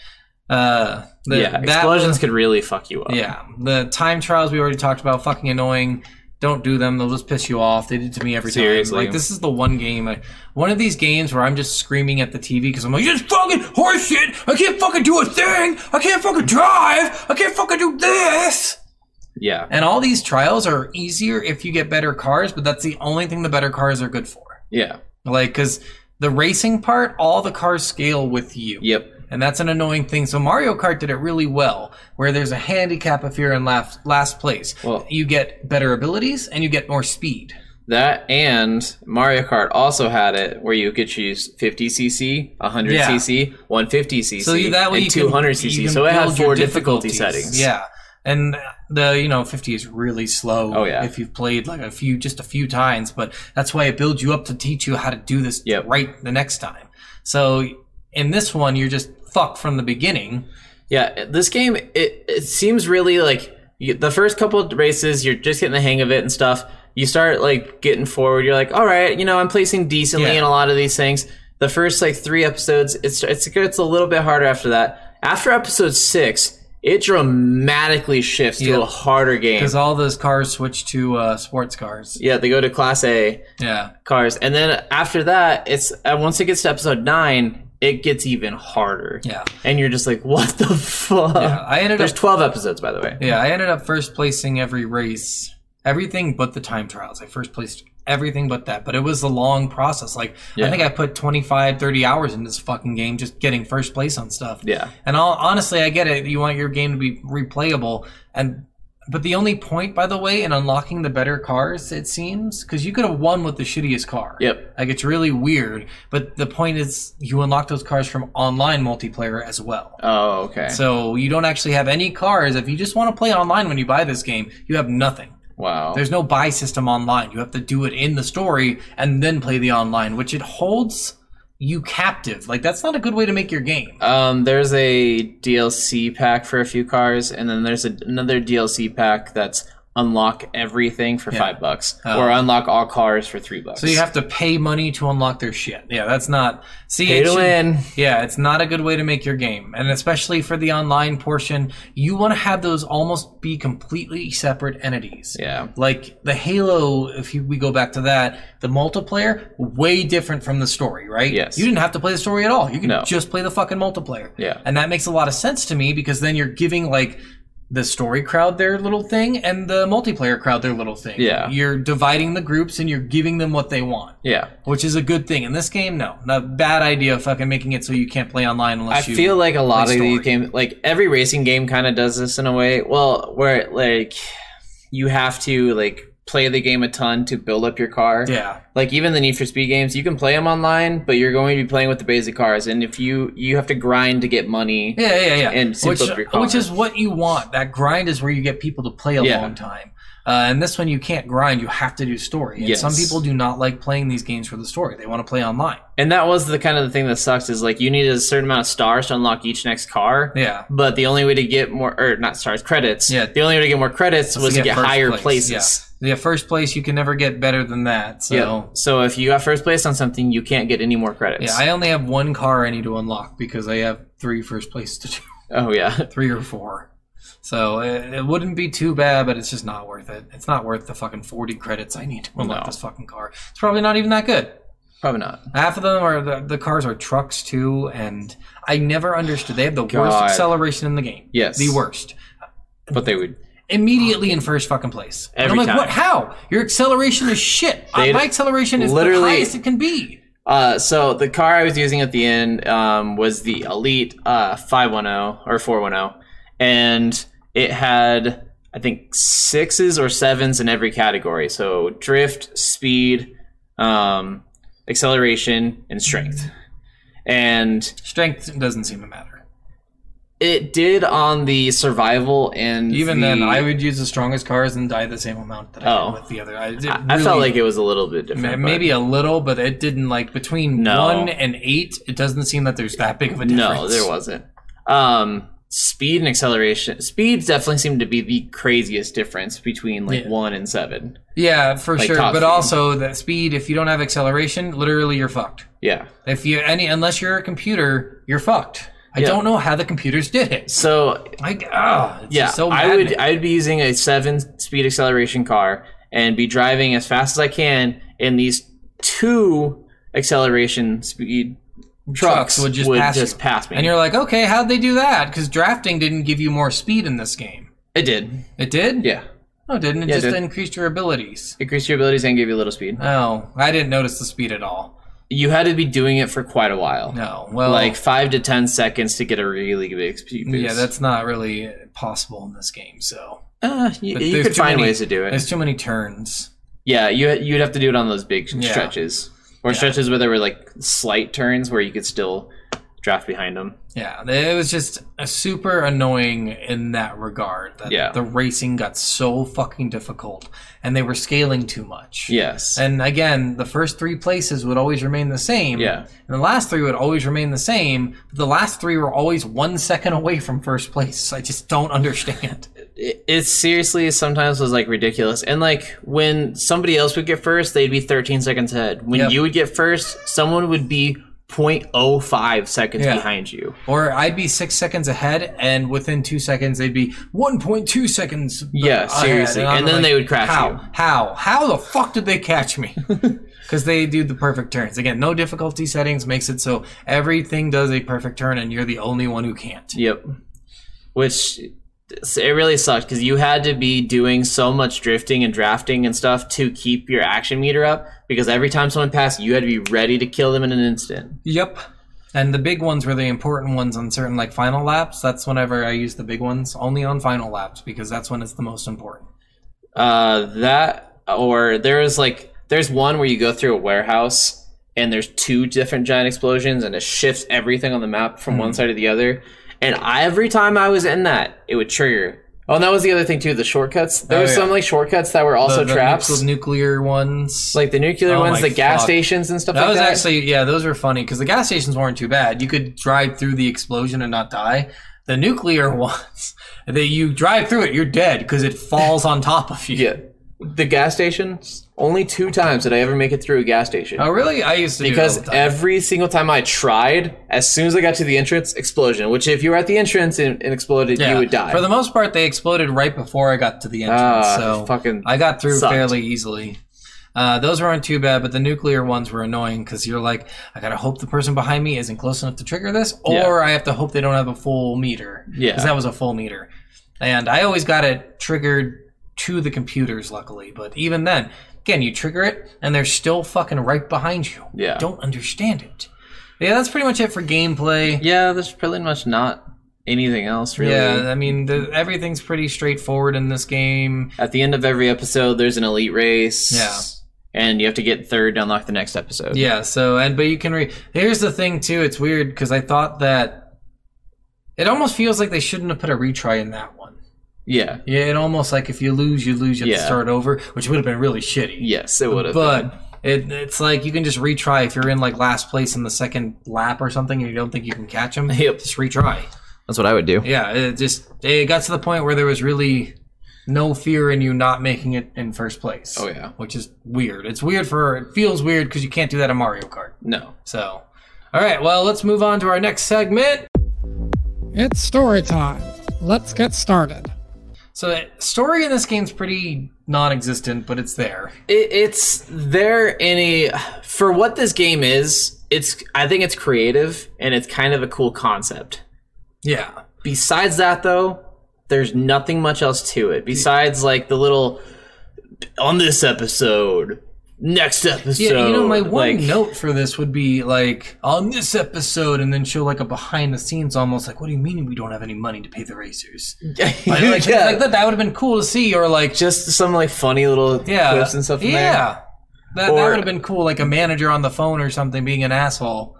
A: Uh, the,
B: yeah,
A: that
B: explosions could really fuck you up.
A: Yeah, the time trials we already talked about, fucking annoying. Don't do them; they'll just piss you off. They did to me every
B: Seriously.
A: time. Like this is the one game, I, one of these games where I'm just screaming at the TV because I'm like, "This fucking horseshit! I can't fucking do a thing! I can't fucking drive! I can't fucking do this!"
B: yeah,
A: And all these trials are easier if you get better cars, but that's the only thing the better cars are good for.
B: yeah,
A: Like, because the racing part, all the cars scale with you.
B: yep.
A: And that's an annoying thing. So Mario Kart did it really well, where there's a handicap if you're in last, last place.
B: Well-
A: you get better abilities and you get more speed.
B: That and Mario Kart also had it where you could choose 50 cc, 100
A: Yeah.
B: cc, 150 cc,
A: So you- that way
B: and
A: you can-
B: 200
A: you
B: cc.
A: can
B: So it had
A: build your
B: four difficulty
A: difficulties.
B: settings.
A: Yeah, and the you know 50 is really slow.
B: Oh, yeah.
A: if you've played like a few just a few times, but that's why it builds you up to teach you how to do this
B: Yep.
A: right the next time. So in this one, you're just fucked from the beginning.
B: Yeah, this game it it seems really like you, the first couple of races you're just getting the hang of it and stuff. You start like getting forward. You're like, all right, you know, I'm placing decently
A: Yeah.
B: in a lot of these things. The first like three episodes, it's it's it gets a little bit harder after that. After episode six, it dramatically shifts to
A: Yeah.
B: a harder game.
A: Because all those cars switch to uh, sports cars.
B: Yeah, they go to class A
A: Yeah.
B: cars, and then after that, it's uh, once it gets to episode nine, it gets even harder.
A: Yeah.
B: and you're just like, what the fuck?
A: I ended
B: There's
A: up
B: twelve episodes, by the way.
A: Yeah, I ended up first placing every race, everything but the time trials. I first placed everything but that, but it was a long process. Like, I
B: Yeah.
A: think I put 25, 30 hours in this fucking game just getting first place on stuff.
B: Yeah.
A: And all, honestly, I get it. You want your game to be replayable. And, but the only point, by the way, in unlocking the better cars, it seems, because you could have won with the shittiest car.
B: Yep.
A: Like, it's really weird. But the point is, you unlock those cars from online multiplayer as well.
B: Oh, okay.
A: So you don't actually have any cars. If you just want to play online when you buy this game, you have nothing.
B: wow.
A: There's no buy system online. You have to do it in the story and then play the online, which it holds you captive. Like that's not a good way to make your game.
B: um, there's a DLC pack for a few cars, and then there's a, another DLC pack that's unlock everything for five bucks, or unlock all cars for three bucks.
A: Oh. So you have to pay money to unlock their shit. Yeah, that's not. See,
B: pay
A: it
B: to
A: should-
B: win.
A: Yeah, it's not a good way to make your game. And especially for the online portion, you want to have those almost be completely separate entities.
B: Yeah.
A: Like the Halo, if you, we go back to that, the multiplayer, way different from the story, right?
B: Yes.
A: You didn't have to play the story at all. You can
B: No.
A: just play the fucking multiplayer.
B: Yeah.
A: And that makes a lot of sense to me because then you're giving like the story crowd their little thing and the multiplayer crowd their little thing.
B: Yeah.
A: You're dividing the groups and you're giving them what they want
B: Yeah.
A: which is a good thing. In this game, no, not bad idea. Fucking making it so you can't play online
B: I
A: unless you.
B: feel like a lot
A: play
B: of these
A: story.
B: games, like every racing game, kind of does this in a way. Well, where like you have to like play the game a ton to build up your car.
A: yeah,
B: Like even the Need for Speed games, you can play them online, but you're going to be playing with the basic cars, and if you you have to grind to get money.
A: yeah, yeah, yeah.
B: And
A: which,
B: simple up your car.
A: which is what you want. That grind is where you get people to play a
B: Yeah.
A: long time. Uh, and this one, you can't grind. You have to do story. And
B: Yes.
A: some people do not like playing these games for the story. They want to play online.
B: And that was the kind of the thing that sucks is like you need a certain amount of stars to unlock each next car.
A: Yeah.
B: But the only way to get more, or not stars, credits.
A: Yeah.
B: The only way to get more credits was to
A: You
B: get,
A: first
B: higher
A: place.
B: places.
A: Yeah. yeah, first place you can never get better than that. So.
B: Yeah. So if you got first place on something, you can't get any more
A: Yeah,
B: credits.
A: I only have one car I need to unlock because I have three first place to do. [LAUGHS]
B: oh yeah. [LAUGHS]
A: three or four. So it, it wouldn't be too bad, but it's just not worth it. It's not worth the fucking 40 credits I need to unlock
B: No.
A: this fucking car. It's probably not even that good.
B: Probably not.
A: Half of them are the, the cars are trucks too, and I never understood. They have the worst
B: God.
A: acceleration in the game.
B: Yes.
A: The worst.
B: But they would.
A: Immediately in first fucking place. And
B: Every
A: I'm like, what?
B: time.
A: How? Your acceleration is shit. Uh,
B: They'd-
A: My acceleration is the
B: literally-
A: highest it can be.
B: Uh, so the car I was using at the end um, was the Elite uh, 510 or 410, and it had I think sixes or sevens in every category. So drift, speed, um, acceleration, and strength. And
A: Strength doesn't seem to matter.
B: It did on the survival and
A: Even
B: the-
A: then, I would use the strongest cars and die the same amount that I
B: Oh.
A: did with the other. I, it
B: I I felt
A: really-
B: like it was a little bit
A: ma-
B: different. but-
A: maybe a little, but it didn't like between
B: No.
A: one and eight. It doesn't seem that there's that big of a difference.
B: No, there wasn't. Um, speed and acceleration. Speeds definitely seemed to be the craziest difference between like
A: Yeah.
B: one and seven.
A: Yeah, for sure.
B: top
A: But
B: speed.
A: also that speed. If you don't have acceleration, literally you're fucked.
B: Yeah.
A: If you any unless you're a computer, you're fucked. I
B: Yeah.
A: don't know how the computers did it.
B: So
A: Like, ah, it's
B: yeah,
A: just so
B: I would
A: maddening.
B: I would be using a seven speed acceleration car and be driving as fast as I can, and these two acceleration speed trucks,
A: would just pass you.
B: pass me.
A: And you're like, okay, how'd they do that? Because drafting didn't give you more speed in this game.
B: it did.
A: It did?
B: Yeah,
A: No, it didn't. It
B: Yeah, it
A: just
B: did.
A: increased your abilities.
B: increased your abilities and gave you a little speed.
A: Oh, I didn't notice the speed at all.
B: You had to be doing it for quite a while.
A: No. Well,
B: like five to ten seconds to get a really big speed boost.
A: yeah, that's not really possible in this game. So
B: uh, you,
A: But
B: you
A: there's
B: could
A: too
B: find
A: many-
B: ways to do it.
A: there's too many turns.
B: Yeah, you you'd have to do it on those big
A: Yeah.
B: stretches or stretches where there were like slight turns where you could still draft behind them.
A: Yeah, it was just a super annoying in that regard. That
B: Yeah.
A: the racing got so fucking difficult, and they were scaling too much.
B: Yes.
A: And again, the first three places would always remain the same.
B: Yeah.
A: And the last three would always remain the same. But the last three were always one second away from first place. I just don't [LAUGHS] understand.
B: it, it seriously sometimes was like ridiculous. And like when somebody else would get first, they'd be 13 seconds ahead. When
A: Yep.
B: you would get first, someone would be 0.05 seconds
A: Yeah.
B: behind you.
A: or I'd be six seconds ahead, and within two seconds, they'd be 1.2 seconds.
B: Yeah,
A: ahead.
B: seriously.
A: I'm
B: And then they would crash
A: How?
B: you."
A: How? How the fuck did they
B: [LAUGHS]
A: catch me? Because they do the perfect turns. Again, no difficulty settings makes it so everything does a perfect turn, and you're the only one who can't.
B: Yep. Which it really sucked because you had to be doing so much drifting and drafting and stuff to keep your action meter up because every time someone passed, you had to be ready to kill them in an instant.
A: Yep. And the big ones were the important ones on certain like final laps. That's whenever I use the big ones only on final laps because that's when it's the most important.
B: Uh, that or there is like there's one where you go through a warehouse and there's two different giant explosions and it shifts everything on the map from
A: Hmm.
B: one side to the other. And I, every time I was in that, it would trigger. Oh, and that was the other thing too. The shortcuts. There
A: Oh,
B: were some
A: yeah.
B: like shortcuts that were also
A: The- the
B: traps.
A: nucle- nuclear ones.
B: like the nuclear
A: Oh
B: ones,
A: my
B: the gas
A: fuck.
B: stations and stuff
A: that
B: like
A: was
B: that.
A: actually yeah, those were funny because the gas stations weren't too bad. You could drive through the explosion and not die. The nuclear [LAUGHS] ones that you drive through it, you're dead because it falls on top of you.
B: yeah. The gas stations. Only two times did I ever make it through a gas station.
A: Oh really? I used to do it all
B: because
A: the time.
B: every single time I tried, as soon as I got to the entrance, explosion. Which if you were at the entrance and, and exploded, you would die.
A: For the most part, they exploded right before I got to the entrance,
B: Ah,
A: so
B: fucking
A: I got through
B: sucked.
A: fairly easily. Uh, those weren't too bad, but the nuclear ones were annoying because you're like, I gotta hope the person behind me isn't close enough to trigger this, or I have to hope they don't have a full meter.
B: Yeah.
A: because that was a full meter, and I always got it triggered to the computers, luckily. But even then, again, you trigger it, and they're still fucking right behind you.
B: Yeah.
A: don't understand it. Yeah, that's pretty much it for gameplay.
B: yeah, there's pretty much not anything else really.
A: Yeah, I mean, the, everything's pretty straightforward in this game.
B: At the end of every episode, there's an elite race.
A: Yeah.
B: And you have to get third to unlock the next episode.
A: Yeah, so and but you can re- Here's the thing too, it's weird cuz I thought that it almost feels like they shouldn't have put a retry in that one.
B: Yeah.
A: Yeah, it almost like if you lose, you lose, you have
B: Yeah.
A: to start over, which would have been really shitty.
B: Yes, it would have.
A: But it, it's like you can just retry if you're in like last place in the second lap or something and you don't think you can catch them.
B: Yep.
A: Just retry.
B: That's what I would do.
A: Yeah, it just it got to the point where there was really no fear in you not making it in first place.
B: Oh, yeah.
A: which is weird. It's weird for it feels weird because you can't do that in Mario Kart.
B: No.
A: So, all right, well, let's move on to our next segment.
F: It's story time. Let's get started.
A: So, the story in this game's pretty non-existent, but it's there.
B: it, it's there in a for what this game is it's i think it's creative and it's kind of a cool concept
A: Yeah,
B: besides that though there's nothing much else to it besides like the little on this episode next episode
A: yeah. you know, my one
B: like, [LAUGHS]
A: note for this would be like on this episode, and then show like a behind-the-scenes, almost like, what do you mean we don't have any money to pay
B: [LAUGHS]
A: the racers? [LAUGHS] Like, like, things
B: yeah,
A: like that, that would have been cool to see, or like
B: just some like funny little
A: yeah,
B: clips and stuff in
A: yeah. That, that
B: Or-
A: would have been cool, like a manager on the phone or something being an asshole.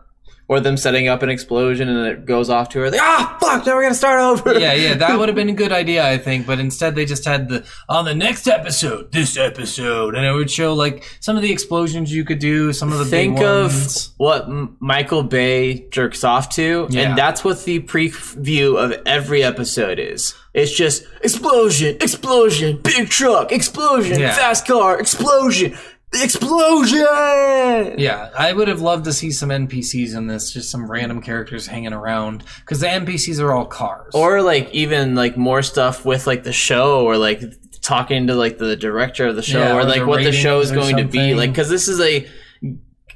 B: or them setting up an explosion and it goes off to her. Like, ah, fuck! Now we're gonna start over.
A: yeah, yeah, that would have been a good idea, I think. But instead, they just had the on the next episode, this episode, and it would show like some of the explosions you could do, some of the
B: Think
A: big
B: of
A: ones.
B: what M- Michael Bay jerks off to,
A: Yeah.
B: and that's what the preview of every episode is. It's just explosion, explosion, big truck, explosion,
A: Yeah.
B: fast car, explosion, explosion.
A: Yeah, I would have loved to see some NPCs in this, just some random characters hanging around because the NPCs are all cars.
B: Or like even like more stuff with like the show, or like talking to like the director of the show,
A: Yeah,
B: or
A: or
B: like
A: the
B: what the show is
A: ratings or
B: going to be
A: something.
B: like, because this is a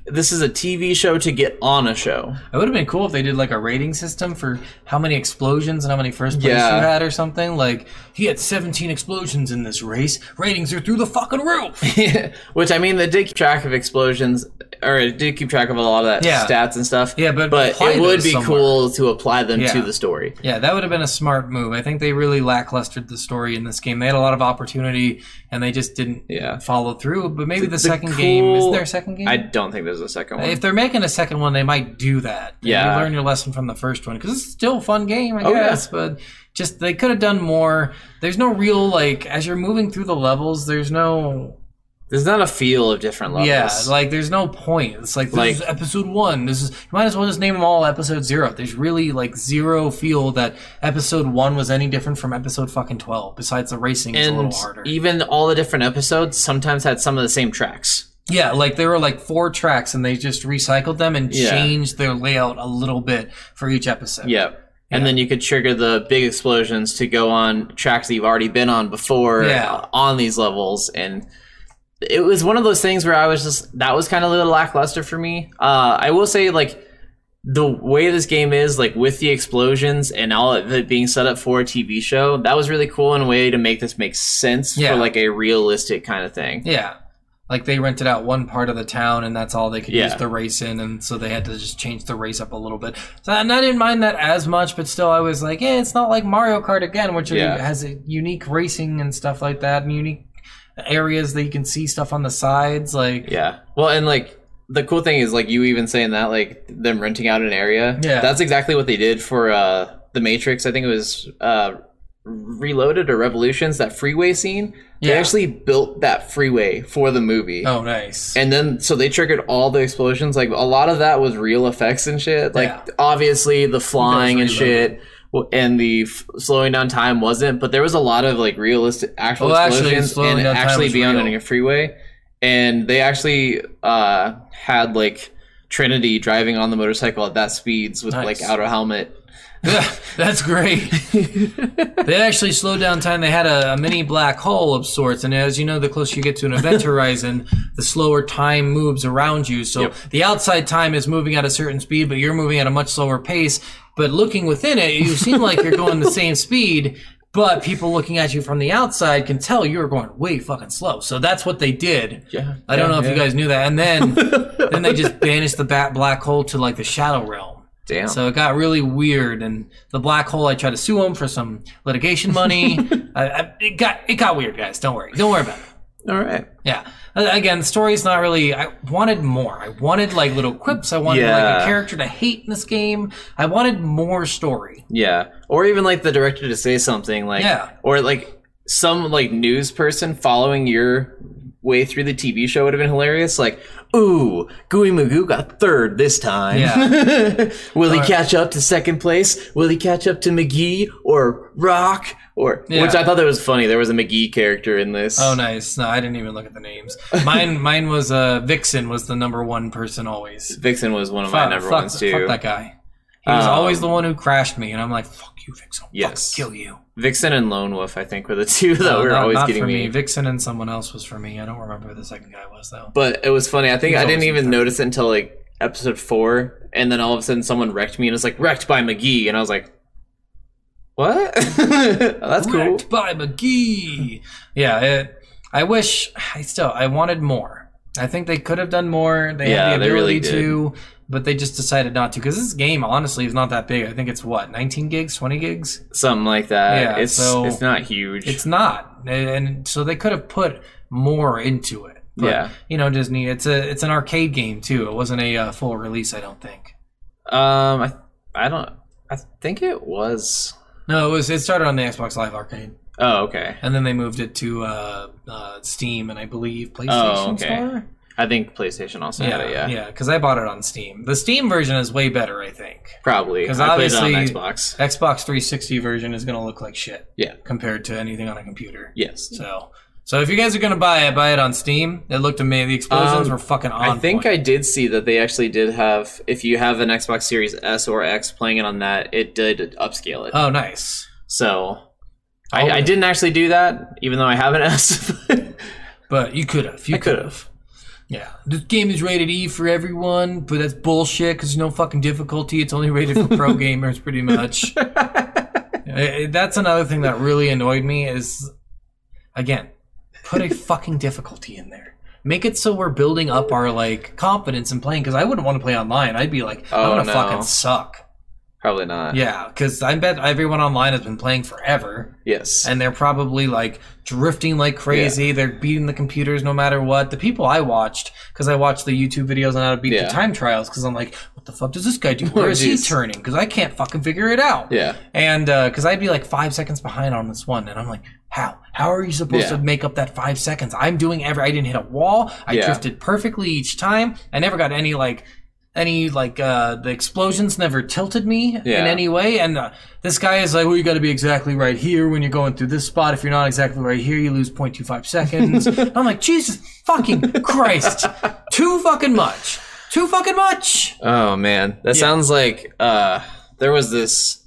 B: this is a TV show to get on a show.
A: it would have been cool if they did like a rating system for how many explosions and how many first place
B: Yeah.
A: you had or something. Like he had 17 explosions in this race. Ratings are through the fucking roof.
B: [LAUGHS] Which I mean, they did keep track of explosions, or it did keep track of a lot of that
A: Yeah.
B: stats and stuff.
A: Yeah, but
B: but
A: apply
B: it would
A: those
B: be
A: somewhere.
B: cool to apply them to
A: Yeah.
B: the story.
A: Yeah, that would have been a smart move. I think they really lacklustered the story in this game. They had a lot of opportunity and they just didn't
B: Yeah.
A: follow through. But maybe the,
B: The
A: second
B: cool-
A: game is there a second game?
B: I don't think there's a second one.
A: if they're making a second one, they might do that. And
B: Yeah.
A: you learn your lesson from the first one because it's still a fun game, I
B: Oh, yeah.
A: guess. But just they could have done more. There's no real like as you're moving through the levels. There's no
B: there's not a feel of different levels.
A: yeah, like there's no point. It's like this
B: Like-
A: is episode one. This is you might as well just name them all episode zero. There's really like zero feel that episode one was any different from episode fucking twelve. Besides the racing is a
B: and
A: little harder.
B: even all the different episodes sometimes had some of the same tracks.
A: Yeah, like there were like four tracks and they just recycled them and
B: Yeah.
A: changed their layout a little bit for each episode.
B: Yeah. And then you could trigger the big explosions to go on tracks that you've already been on before
A: Yeah.
B: on these levels. And it was one of those things where I was just, that was kind of a little lackluster for me. Uh, I will say, like, the way this game is, like, with the explosions and all of it being set up for a TV show, that was really cool in a way to make this make sense
A: Yeah.
B: for, like, a realistic kind of thing.
A: Yeah. Like they rented out one part of the town and that's all they could use
B: Yeah.
A: the race in and so they had to just change the race up a little bit. So and I didn't mind that as much, but still I was like, yeah, it's not like Mario Kart again, which
B: Yeah.
A: has a unique racing and stuff like that and unique areas that you can see stuff on the sides like
B: Yeah. Well, and like the cool thing is like you even saying that like them renting out an area.
A: Yeah.
B: That's exactly what they did for uh the Matrix. I think it was uh Reloaded or Revolutions that freeway scene. They
A: Yeah.
B: actually built that freeway for the movie.
A: Oh nice.
B: And then, so they triggered all the explosions. Like a lot of that was real effects and shit. Like
A: Yeah.
B: obviously the flying and shit,
A: Reloaded.
B: w- and the f- slowing down time wasn't. But there was a lot of like realistic actual
A: Well, actually,
B: explosions
A: slowing
B: and
A: down time
B: actually
A: was
B: being on
A: real.
B: a freeway. And they actually uh, had like Trinity driving on the motorcycle at that speeds with
A: Nice.
B: like out a helmet. [LAUGHS]
A: That's great. they actually slowed down time. They had a, a mini black hole of sorts, and as you know, the closer you get to
B: [LAUGHS]
A: an event horizon, the slower time moves around you. So the outside time is moving at a certain speed, but you're moving at a much slower pace. But looking within it, you seem like you're going the same speed. But people looking at you from the outside can tell you're going way fucking slow. So that's what they did.
B: Yeah,
A: I don't
B: yeah,
A: know if you guys knew that.
B: [LAUGHS]
A: And then, then they just banished the bat black hole to like the shadow realm.
B: Damn.
A: So it got really weird, and the black hole. I tried to sue him for some
B: [LAUGHS]
A: litigation money. I, I, it got it got weird, guys. Don't worry. Don't worry about it.
B: all right.
A: Yeah. Uh, Again, the story's not really. I wanted more. I wanted like little quips. I wanted like
B: Yeah.
A: a character to hate in this game. I wanted more story.
B: Yeah, or even like the director to say something like,
A: Yeah.
B: or like some like news person following your way through the TV show would have been hilarious. Like, ooh, Gooey Magoo got third this time.
A: Yeah.
B: [LAUGHS] Will he catch up to second place? Will he catch up to McGee or Rock or
A: Yeah.
B: which I thought that was funny. There was a McGee character in this.
A: Oh, nice. No, I didn't even look at the names.
B: [LAUGHS]
A: Mine, mine was uh, Vixen was the number one person always.
B: Vixen was one of my
A: Fuck,
B: number
A: fuck-
B: ones too.
A: fuck that guy. He was
B: Um,
A: always the one who crashed me, and I'm like, fuck you, Vixen.
B: Yes.
A: Yes. Fuck, kill you.
B: Vixen and Lone Wolf, I think, were the [LAUGHS] two that
A: No,
B: were
A: not-
B: always
A: not
B: getting
A: for
B: me.
A: Vixen and someone else was for me. I don't remember who the second guy was though.
B: But it was funny. I think I didn't
A: always
B: even notice it until like episode four, and then all of a sudden someone wrecked me, and it's like wrecked by McGee, and I was like, "What? [LAUGHS] Oh, That's cool."
A: Wrecked
B: [LAUGHS]
A: by McGee. yeah, it, I wish. I still. I wanted more. I think they could have done more. They
B: Yeah,
A: had the
B: they really
A: ability to, but they just decided not to. Because this game, honestly, is not that big. I think it's what 19 gigs, 20 gigs.
B: Something like that.
A: Yeah,
B: it's
A: so-
B: it's not huge.
A: It's not, and, and so they could have put more into it. But,
B: Yeah.
A: you know Disney. It's a it's an arcade game too. It wasn't a uh, full release, I don't think.
B: Um, I I don't. I think it was.
A: No, it was it started on the Xbox Live Arcade,
B: Oh, okay.
A: and then they moved it to uh, uh, Steam and I believe PlayStation
B: Oh, okay.
A: Store.
B: I think PlayStation also had it. Yeah,
A: yeah, because I bought it on Steam. The Steam version is way better, I think.
B: probably.
A: 'Cause
B: I played it on
A: obviously-
B: Xbox.
A: Xbox 360 version is going to look like shit
B: Yeah.
A: compared to anything on a computer.
B: Yes.
A: So, so if you guys are going to buy it, buy it on Steam. It looked amazing. The explosions
B: Um,
A: were fucking on.
B: I think
A: point.
B: I did see that they actually did have. If you have an Xbox Series S or X playing it on that, it did upscale it.
A: Oh, nice.
B: so I, I didn't actually do that, even though I have [LAUGHS] an S.
A: But you could have. You
B: I could have.
A: Yeah. This game is rated E for everyone, but that's bullshit because there's no fucking difficulty. It's only rated for
B: [LAUGHS]
A: pro gamers, pretty much. Eh, eh, that's another thing that really annoyed me is, again, put a fucking difficulty in there. Make it so we're building up our like confidence in playing because I wouldn't want to play online. I'd be like,
B: Oh,
A: I'm gonna
B: no.
A: fucking suck.
B: Probably not.
A: Yeah, because I bet everyone online has been playing forever
B: Yes.
A: and they're probably like drifting like crazy. They're beating the computers no matter what. The people I watched, because I watched the YouTube videos on how to beat
B: Yeah. Oh,
A: the time trials, because I'm like, what the fuck does
B: [LAUGHS]
A: this guy do? Where is he
B: jeez.
A: turning? Because I can't fucking figure it out.
B: Yeah.
A: And because I'd be like five seconds behind on this one, and I'm like, how? How are you supposed
B: Yeah.
A: to make up that five seconds? I'm doing every. I didn't hit a wall. I
B: Yeah.
A: drifted perfectly each time. I never got any like. Any like uh the explosions never tilted me in
B: Yeah.
A: any way, and uh, this guy is like, "Well, you got to be exactly right here when you're going through this spot. If you're not exactly right here, you lose
B: [LAUGHS]
A: 0.25 seconds." I'm like, "Jesus fucking Christ, too fucking much, too fucking much."
B: Oh man, that sounds like uh, there was this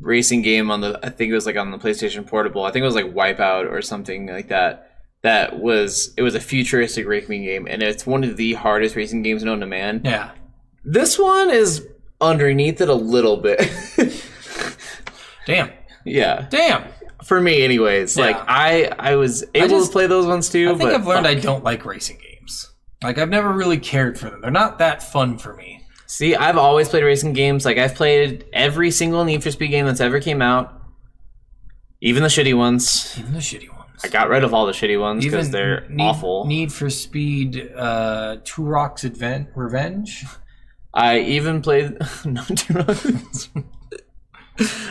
B: racing game on the I think it was like on the PlayStation Portable. I think it was like Wipeout or something like that. That was it was a futuristic racing game, and it's one of the hardest racing games known to man.
A: Yeah,
B: This one is underneath it a little bit. [LAUGHS]
A: damn,
B: yeah,
A: damn.
B: for me, anyways. Like
A: Yeah.
B: I I was able
A: just-
B: to play those ones too.
A: I think
B: but
A: I've learned I
B: fuck.
A: don't like racing games. Like I've never really cared for them. They're not that fun for me.
B: See, I've always played racing games. Like I've played every single Need for Speed game that's ever came out, even the shitty ones.
A: Even the shitty ones.
B: I got rid of all the shitty ones because
A: Even
B: they're
A: Need,
B: awful.
A: Need for Speed, uh, Two Rocks Advent Revenge.
B: I even played [LAUGHS] no do not-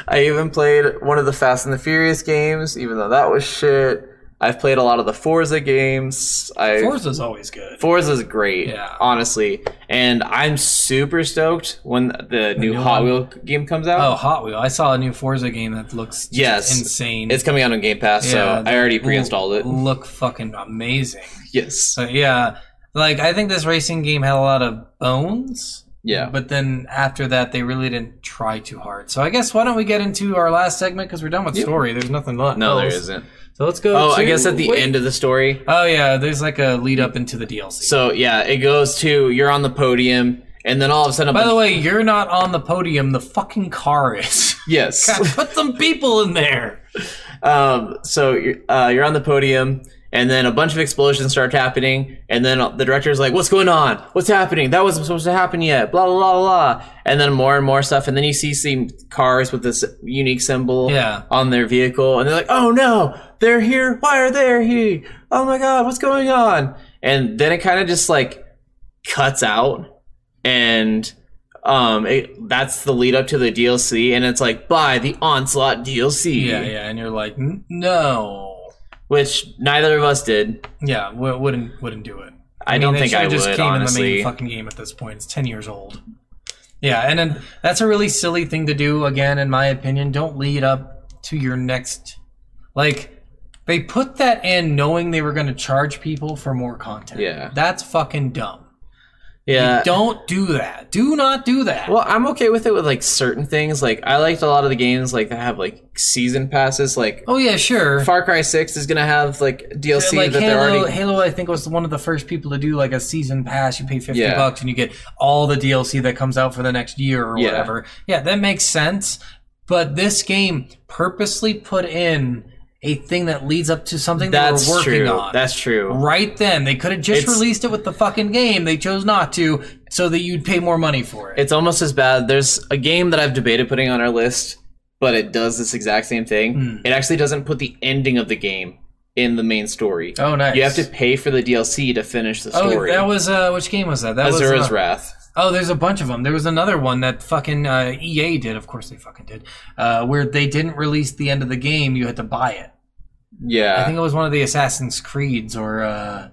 B: I even played one of the Fast and the Furious games, even though that was shit. I've played a lot of the Forza games. I
A: Forza's always good.
B: Forza's great,
A: Yeah.
B: honestly, and I'm super stoked when the new
A: new
B: Hot
A: one?
B: Wheel game comes out.
A: Oh, Hot Wheel! I saw a new Forza game that looks just
B: Yes.
A: insane.
B: It's coming out on Game Pass,
A: Yeah,
B: so I
A: they
B: already
A: look-
B: pre-installed it.
A: Look fucking amazing.
B: Yes,
A: So yeah, like I think this racing game had a lot of bones.
B: Yeah.
A: But then after that, they really didn't try too hard. So I guess why don't we get into our last segment because we're done with story. There's nothing left.
B: no, there
A: else.
B: isn't.
A: So let's go.
B: Oh, I
A: to-
B: guess at the
A: wait.
B: end of the story,
A: Oh yeah, there's like a lead up into the DLC.
B: So yeah, it goes to you're on the podium, and then all of a sudden, a
A: By the
B: bunch-
A: way, you're not on the podium. The fucking car is. [LAUGHS] God,
B: yes.
A: put some people in there.
B: um, so you're, uh, you're on the podium, and then a bunch of explosions start happening, and then the director's like, "What's going on? What's happening? That wasn't supposed to happen yet." Blah blah blah blah. And then more and more stuff, and then you see some cars with this unique symbol
A: Yeah.
B: on their vehicle, and they're like, "Oh no, they're here! Why are they here? Oh my god, what's going on?" And then it kind of just like cuts out and um it, that's the lead up to the DLC and it's like buy the onslaught DLC
A: Yeah, yeah, and you're like, "N- no.
B: which neither of us did
A: Yeah, w- wouldn't wouldn't do it.
B: I don't
A: mean, they
B: think I
A: should've just
B: would,
A: came in the
B: honestly.
A: main fucking game at this point. It's ten years old. Yeah, and then that's a really silly thing to do. Again, in my opinion, don't lead up to your next. Like, they put that in knowing they were going to charge people for more content.
B: Yeah.
A: that's fucking dumb.
B: yeah
A: Don't do that. Do not do that.
B: well I'm okay with it with like certain things like I liked a lot of the games like that have like season passes like
A: oh yeah, sure.
B: Far Cry 6 is gonna have like DLC
A: like
B: that
A: Halo,
B: they're already
A: Halo, I think was one of the first people to do like a season pass. You pay fifty
B: Yeah.
A: bucks and you get all the DLC that comes out for the next year or
B: Yeah.
A: whatever. Yeah, that makes sense. But this game purposely put in a thing that leads up to something
B: that's
A: they were working
B: true
A: on.
B: that's true
A: right then. They could have just
B: It's-
A: released it with the fucking game. They chose not to, so that you'd pay more money for it.
B: it's almost as bad. There's a game that I've debated putting on our list, but it does this exact same thing.
A: Hmm.
B: It actually doesn't put the ending of the game in the main story.
A: Oh, nice.
B: You have to pay for the DLC to finish the
A: oh,
B: story.
A: that was uh, which game was that? That was
B: Azura's
A: uh,
B: Wrath.
A: Oh, there's a bunch of them. There was another one that fucking uh, EA did. Of course, they fucking did. Uh, where they didn't release the end of the game, you had to buy it.
B: Yeah,
A: I think it was one of the Assassin's Creeds or uh,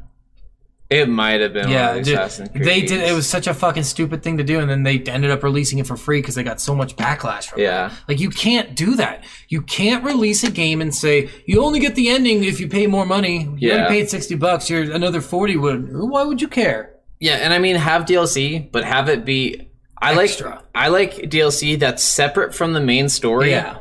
B: it might have been.
A: yeah,
B: one of
A: dude,
B: Oh, Assassin's
A: they did. It
B: Creeds.
A: was such a fucking stupid thing to do, and then they ended up releasing it for free because they got so much backlash from it.
B: Yeah,
A: Like you can't do that. You can't release a game and say you only get the ending if you pay more money. You
B: Yeah.
A: already paid sixty bucks. You're another forty. Would why would you care?
B: yeah, and I mean have DLC, but have it be. I
A: Extra.
B: like I like DLC that's separate from the main story.
A: Yeah.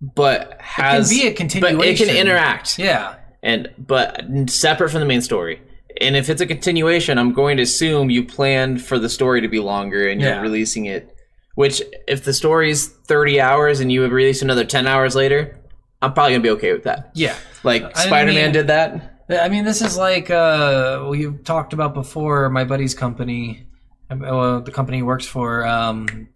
B: but has
A: be a
B: But it
A: continuation.
B: can interact.
A: Yeah,
B: and but separate from the main story. And if it's a continuation, I'm going to assume you planned for the story to be longer and
A: Yeah.
B: you're releasing it. Which, if the story's 30 hours and you release another 10 hours later, I'm probably gonna be okay with that.
A: yeah.
B: Like
A: I
B: Spider Man
A: mean-
B: did that.
A: I mean, this is like uh, we talked about before. My buddy's company, uh, the company he works for, um,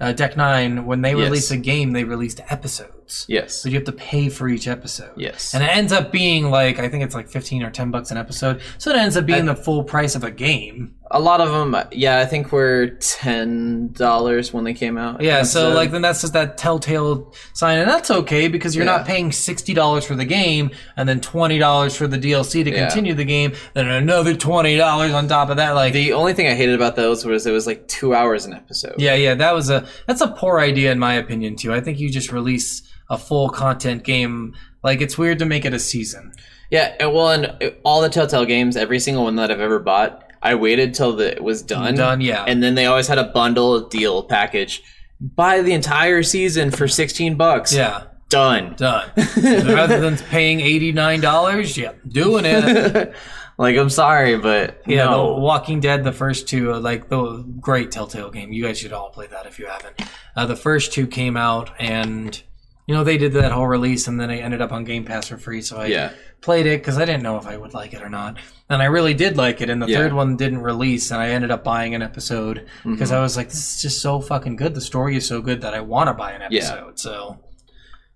A: uh, Deck Nine. When they
B: Yes.
A: release a game, they released episodes.
B: Yes.
A: So you have to pay for each episode.
B: Yes.
A: And it ends up being like I think it's like fifteen or ten bucks an episode. So it ends up being the full price of a game.
B: A lot of them, yeah, I think were $10 when they came out.
A: Yeah. So
B: Episode.
A: like then that's just that telltale sign, and that's okay because you're not
B: Yeah.
A: paying sixty dollars for the game and then twenty dollars for the DLC to
B: Yeah.
A: continue the game, then another twenty dollars on top of that. Like
B: the only thing I hated about those was it was like two hours an episode.
A: yeah, yeah, that was a that's a poor idea in my opinion too. I think you just release a full content game. Like it's weird to make it a season.
B: Yeah, and well, and all the Telltale games, every single one that I've ever bought, I waited till the, it was done.
A: Done, yeah.
B: And then they always had a bundle deal package. Buy the entire season for 16 bucks.
A: Yeah.
B: Done.
A: done.
B: [LAUGHS]
A: Rather than paying eighty nine dollars, yeah, doing it.
B: [LAUGHS] Like, I'm sorry, but
A: Yeah, The
B: no.
A: Walking Dead, the first two, are like the great Telltale game. You guys should all play that if you haven't. Uh, the first two came out, and you know they did that whole release, and then it ended up on Game Pass for free. So I
B: Yeah.
A: played it because I didn't know if I would like it or not, and I really did like it. And the
B: Yeah.
A: third one didn't release, and I ended up buying an episode because
B: Mm-hmm.
A: I was like, this is just so fucking good. The story is so good that I want to buy an
B: Yeah.
A: episode. So.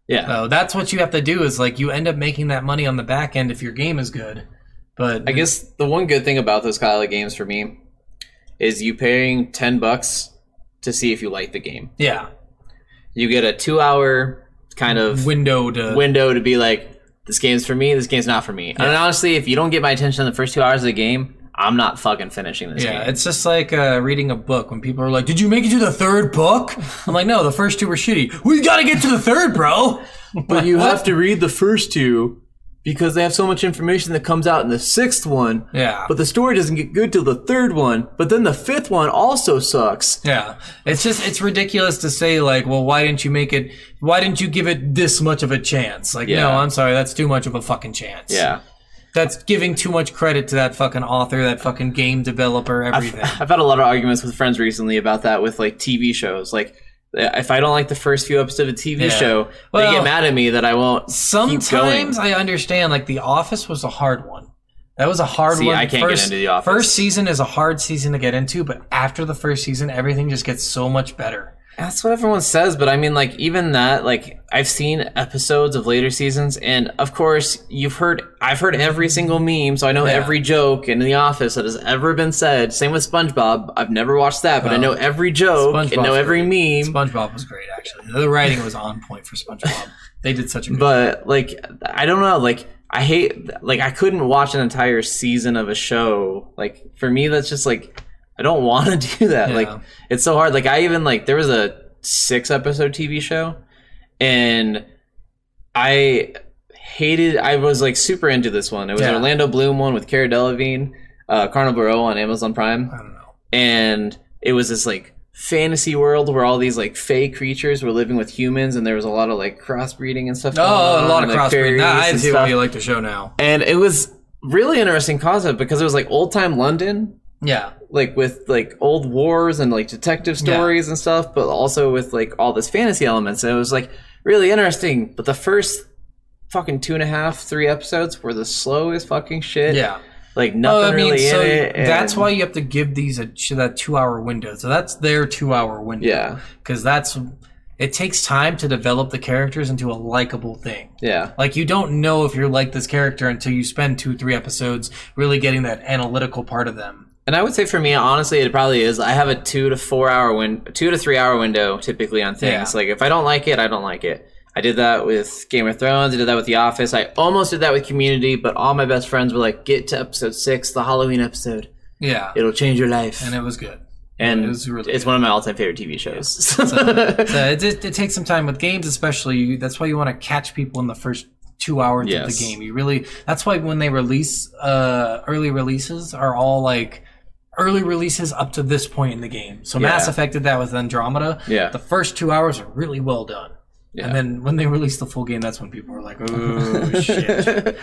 B: Yeah.
A: So that's what you have to do is like you end up making that money on the back end if your game is good. But
B: I guess the one good thing about those Kyla games for me is you paying 10 bucks to see if you like the game.
A: yeah,
B: You get a two hour kind of
A: window to
B: window to be like, this game's for me, this game's not for me. And honestly, if you don't get my attention in the first two hours of the game, I'm not fucking finishing this
A: yeah,
B: game.
A: it's just like uh, reading a book when people are like, "Did you make it to the third book?" I'm like, "No, the first two were shitty. We got to get to the
B: [LAUGHS]
A: third, bro."
B: But you have to read the first two because they have so much information that comes out in the sixth one.
A: Yeah.
B: the story doesn't get good till the third one, but then the fifth one also sucks.
A: Yeah, it's just it's ridiculous to say like, well, why didn't you make it? Why didn't you give it this much of a chance? Like, no,
B: Yeah.
A: I'm sorry, that's too much of a fucking chance.
B: Yeah.
A: that's giving too much credit to that fucking author, that fucking game developer,
B: [LAUGHS]
A: everything.
B: I've had a lot of arguments with friends recently about that with like TV shows. Like, if I don't like the first few episodes of a TV
A: Yeah.
B: show, they
A: Well,
B: get mad at me that I won't.
A: Sometimes I understand. Like The Office was a hard one. That was a hard
B: See,
A: one.
B: I can't get into The Office.
A: First season is a hard season to get into, but after the first season, everything just gets so much better.
B: That's what everyone says, but I mean, like, even that, like, I've seen episodes of later seasons, and of course, you've heard, I've heard every single meme, so I know every joke in The Office that has ever been said. Same with SpongeBob. I've never watched that, but I know every joke and know
A: SpongeBob's
B: every meme.
A: SpongeBob was great, actually. The writing was on point for SpongeBob. They did such a good.
B: but, like, I don't know, like, I hate, like, I couldn't watch an entire season of a show. Like, for me, that's just like, I don't [LAUGHS] want to do that.
A: Yeah.
B: Like, it's so hard. Like, I even, like, there was a six episode TV show. and I hated. I was like super into this one. It was
A: Yeah.
B: an Orlando Bloom one with Cara Delevingne, uh, Carnival Row on Amazon Prime,
A: I don't know.
B: and it was this like fantasy world where all these like fey creatures were living with humans, and there was a lot of like crossbreeding and stuff. going
A: Oh, a
B: on,
A: lot of
B: and, like,
A: crossbreeding.
B: fairies
A: Nah, I
B: and
A: see
B: stuff.
A: why you like the show now.
B: and it was really interesting concept because it was like old time London.
A: Yeah,
B: Like with like old wars and like detective
A: Yeah.
B: stories and stuff, but also with like all this fantasy elements. And it was like really interesting. But the first fucking two and a half, three episodes were the slowest fucking shit.
A: yeah.
B: Like
A: Oh,
B: nothing
A: I mean,
B: really
A: so
B: in it. and-
A: that's why you have to give these a that two hour window. So that's their two hour window.
B: Yeah.
A: because that's it takes time to develop the characters into a likable thing.
B: Yeah.
A: Like you don't know if you're like this character until you spend two, three episodes really getting that analytical part of them.
B: And I would say for me, honestly, it probably is. I have a two to four hour win, two to three hour window typically on things.
A: Yeah.
B: Like if I don't like it, I don't like it. I did that with Game of Thrones. I did that with The Office. I almost did that with Community, but all my best friends were like, "Get to episode six, the Halloween episode.
A: Yeah,
B: It'll change your life."
A: and it was good.
B: And
A: it was really
B: it's one of my all time favorite TV [LAUGHS] shows.
A: So uh, it, it, it takes some time with games, especially. You, that's why you want to catch people in the first two hours of
B: Yes.
A: the game. You really. That's why when they release uh, early releases are all like early releases up to this point in the game. So Mass
B: Yeah.
A: Effect did that with Andromeda.
B: Yeah.
A: The first two hours are really well done.
B: Yeah.
A: And then when they release the full game, that's when people are like,
B: [LAUGHS]
A: "Oh shit!"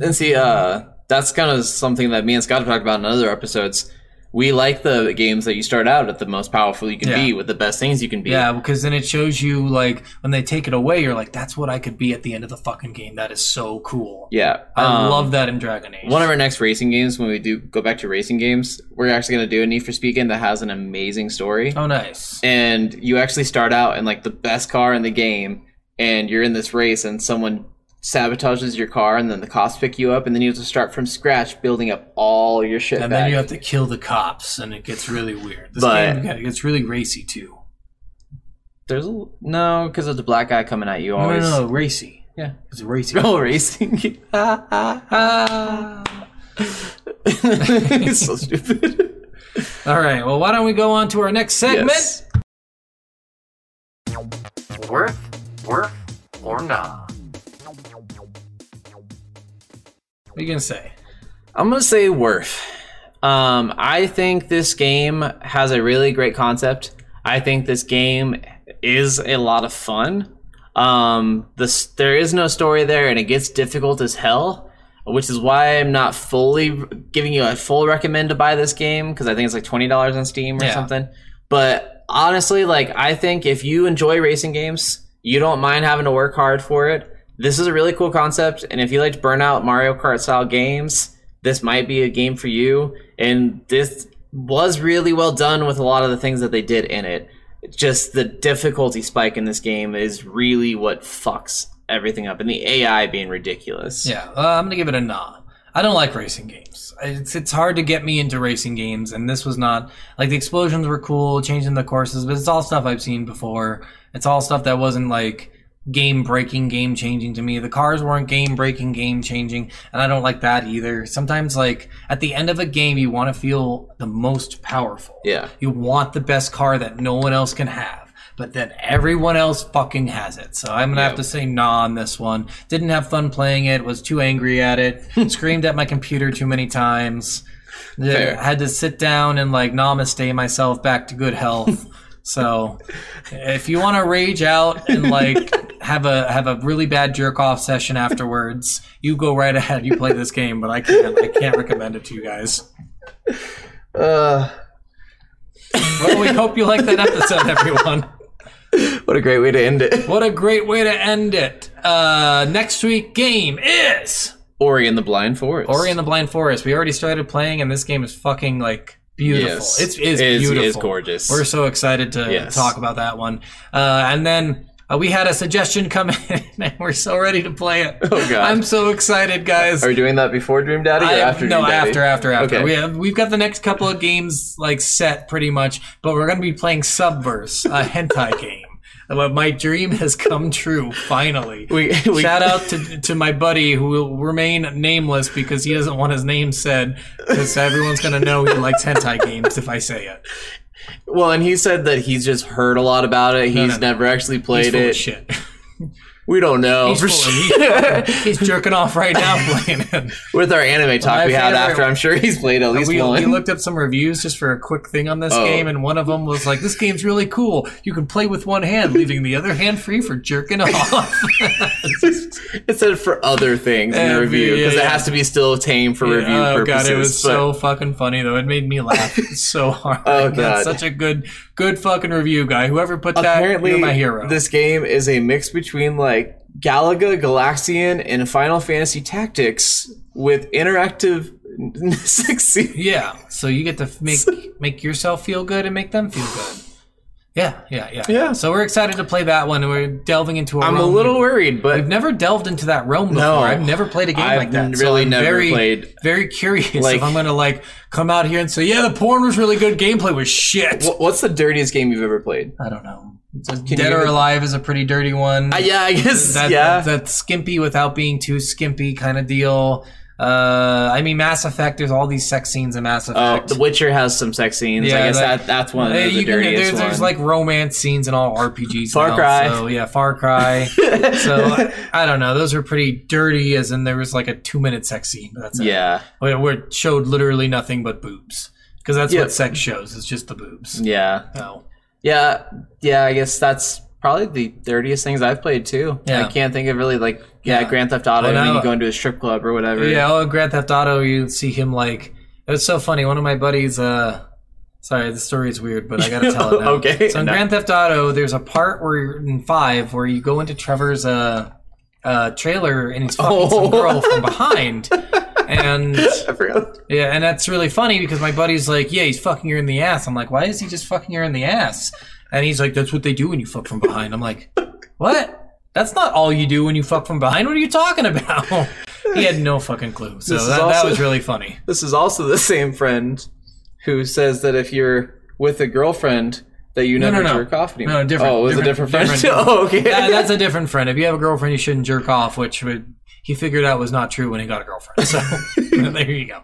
B: And see, uh, that's kind of something that me and Scott have talked about in other episodes. We like the games that you start out at the most powerful you can
A: Yeah.
B: be, with the best things you can be.
A: Yeah, because then it shows you like when they take it away, you're like, "That's what I could be at the end of the fucking game. That is so cool."
B: yeah.
A: I
B: um,
A: love that in Dragon Age.
B: one of our next racing games. When we do go back to racing games, we're actually going to do a Need for Speed game that has an amazing story.
A: oh, nice.
B: and you actually start out in like the best car in the game and you're in this race and someone sabotages your car and then the cops pick you up and then you have to start from scratch building up all your shit
A: and
B: back.
A: then you have to kill the cops, and it gets really weird. This
B: But-
A: game yeah, it gets really racy too.
B: there's a no because there's a black guy coming at you
A: No, no,
B: always
A: no, racy.
B: yeah [LAUGHS]
A: It's racy.
B: go
A: [LAUGHS]
B: racing [LAUGHS] it's so stupid
A: All right. Well, why don't we go on to our next segment?
B: yes.
A: Worth, worth, or nah? What are you gonna say?
B: I'm gonna say worth. Um, I think this game has a really great concept. I think this game is a lot of fun. Um, this there is no story there, and it gets difficult as hell, which is why I'm not fully giving you a full recommend to buy this game because I think it's like twenty dollars on Steam or
A: Yeah.
B: something. But honestly, like I think if you enjoy racing games, you don't mind having to work hard for it. This is a really cool concept, and if you liked Burnout Mario Kart style games, this might be a game for you. And this was really well done with a lot of the things that they did in it. Just the difficulty spike in this game is really what fucks everything up, and the AI being ridiculous.
A: Yeah, uh, I'm gonna give it a nah. I don't like racing games. It's it's hard to get me into racing games, and this was not like the explosions were cool, changing the courses, but it's all stuff I've seen before. It's all stuff that wasn't like game breaking, game changing to me. The cars weren't game breaking, game changing, and I don't like that either. Sometimes like at the end of a game, you want to feel the most powerful.
B: Yeah.
A: You want the best car that no one else can have, but then everyone else fucking has it. So I'm gonna have to say nah on this one. Didn't have fun playing it. Was too angry
B: [LAUGHS]
A: at it. screamed at my computer too many times. Yeah,
B: Fair.
A: Had to sit down and like namaste myself back to
B: [LAUGHS]
A: good health. so if you want to rage out
B: [LAUGHS]
A: and like have a have a really bad jerk off session afterwards, you go right ahead. You play this game, but I can't I can't recommend it to you guys.
B: Uh,
A: Well, we hope you like that episode, everyone.
B: what a great way to end it.
A: What a great way to end it. Uh, next week game is
B: Ori and the Blind Forest.
A: Ori and the Blind Forest. We already started playing, and this game is fucking like beautiful.
B: Yes.
A: It's is
B: It is-
A: beautiful.
B: it is gorgeous.
A: We're so excited to
B: Yes.
A: talk about that one. Uh, and then. Uh, we had a suggestion come [LAUGHS] in, and we're so ready to play it.
B: Oh, God.
A: I'm so excited, guys!
B: Are we doing that before Dream Daddy or
A: I-
B: after
A: no
B: Dream Daddy?
A: after after after
B: Okay.
A: we have we've got the next couple of games like set pretty much but we're going to be playing subverse a
B: [LAUGHS]
A: hentai game Well, my dream has come true finally
B: We- [LAUGHS] we-
A: shout out to, to my buddy who will remain nameless because he doesn't want his name said because everyone's going to know he likes hentai games if i say it
B: Well, and he said that he's just heard a lot about it. He's
A: no.
B: never actually
A: he's
B: played
A: full
B: it.
A: of shit
B: We don't know.
A: he's,
B: for
A: full of-
B: sure.
A: he's, he's jerking off right now playing it
B: [LAUGHS] With our anime talk
A: my
B: we had
A: favorite-
B: after, I'm sure he's played at least
A: [LAUGHS] we,
B: one.
A: we looked up some reviews just for a quick thing on this
B: Oh.
A: game, and one of them was like, "This game's really cool. You can play with one hand, leaving the other hand free for
B: [LAUGHS]
A: jerking off."
B: it said for other things in
A: Yeah,
B: the review
A: yeah,
B: because it
A: yeah.
B: has to be still tame for review
A: oh
B: purposes.
A: god, it was
B: but-
A: so fucking funny though. It made me laugh
B: [LAUGHS]
A: so hard.
B: Oh,
A: Like, that's
B: God.
A: such a good, good fucking review guy. Whoever put that,
B: apparently
A: you're my hero.
B: this game is a mix between like Galaga, Galaxian, and Final Fantasy Tactics with interactive [LAUGHS] sexy. [LAUGHS]
A: yeah, so you get to f- make make yourself feel good and make them feel good. Yeah, yeah, yeah.
B: Yeah.
A: So we're excited to play that one. and We're delving into. i
B: I'm a little worried, but
A: I've never delved into that realm before.
B: No.
A: I've never played a game
B: I've
A: like that.
B: really
A: I'm
B: never
A: very,
B: played-
A: Very curious
B: Like-
A: if I'm gonna like come out here and say, yeah, the porn was really good. Gameplay was shit.
B: Wh- what's the dirtiest game you've ever played?
A: I don't know. It's a-
B: you
A: Dead or
B: even-
A: Alive is a pretty dirty one.
B: Uh, yeah, I guess.
A: that,
B: yeah.
A: that, that skimpy without being too skimpy kind of deal. Uh, I mean, Mass Effect. There's all these sex scenes in Mass
B: Oh,
A: Effect.
B: The Witcher has some sex scenes. I
A: Yeah,
B: guess that,
A: that-
B: that's one of
A: Hey,
B: the
A: you can-
B: dirtiest
A: there's,
B: ones.
A: there's like romance scenes in all RPGs.
B: Far
A: now,
B: Cry.
A: So yeah, Far
B: [LAUGHS]
A: Cry. so I, I don't know. Those were pretty dirty, as in there was like a two minute sex scene. but That's it.
B: yeah,
A: Where, where it showed literally nothing but boobs, because that's
B: Yeah. Mm.
A: what sex shows. It's just the boobs.
B: yeah,
A: So
B: yeah, yeah. I guess that's probably the dirtiest things I've played too.
A: Yeah.
B: I can't think of really like yeah,
A: Yeah.
B: Grand Theft Auto.
A: Well,
B: and then
A: now-
B: you go into a strip club or whatever.
A: Yeah, oh, Grand Theft Auto, you see him like it was so funny. One of my buddies, uh, sorry, the story is weird, but I gotta
B: [LAUGHS]
A: tell it. Now.
B: Okay.
A: So in Grand Theft Auto, there's a part where you're in five where you go into Trevor's uh, uh trailer and he's fucking
B: Oh.
A: some girl
B: [LAUGHS]
A: from behind, and
B: [LAUGHS] I forgot.
A: yeah, and that's really funny because my buddy's like, yeah, he's fucking her in the ass. I'm like, why is he just fucking her in the ass? And he's like, that's what they do when you fuck from behind. I'm like, what? That's not all you do when you fuck from behind. What are you talking about? [LAUGHS] he had no fucking clue. So
B: This is
A: that, that
B: also-
A: was really funny.
B: This is also the same friend who says that if you're with a girlfriend that you
A: No,
B: never
A: no, no.
B: jerk off anymore.
A: No, different-
B: Oh, it was
A: different-
B: a different friend. [LAUGHS]
A: different-
B: oh, okay.
A: That, that's a different friend. If you have a girlfriend, you shouldn't jerk off, which would, he figured out was not true when he got a girlfriend. So [LAUGHS] there you go.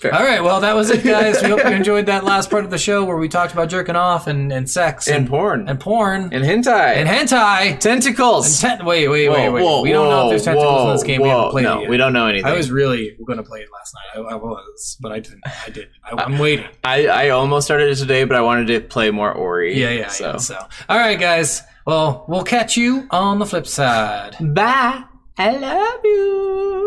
B: Fair.
A: All right, well, that was it, guys. We hope
B: [LAUGHS]
A: you enjoyed that last part of the show where we talked about jerking off and, and sex
B: and porn
A: and porn
B: and hentai
A: and hentai.
B: tentacles.
A: Ten- [LAUGHS] wait, wait, wait, wait. we don't know if there's tentacles in this game. we haven't played
B: no,
A: it yet.
B: we don't know anything.
A: I was really going to play it last night. I, I was, but I didn't. I did. I,
B: [LAUGHS]
A: I'm waiting.
B: I, I almost started it today, but I wanted to play more Ori.
A: Yeah, yeah,
B: So
A: yeah. So, all right, guys. Well, we'll catch you on the flip side.
B: bye. I love you.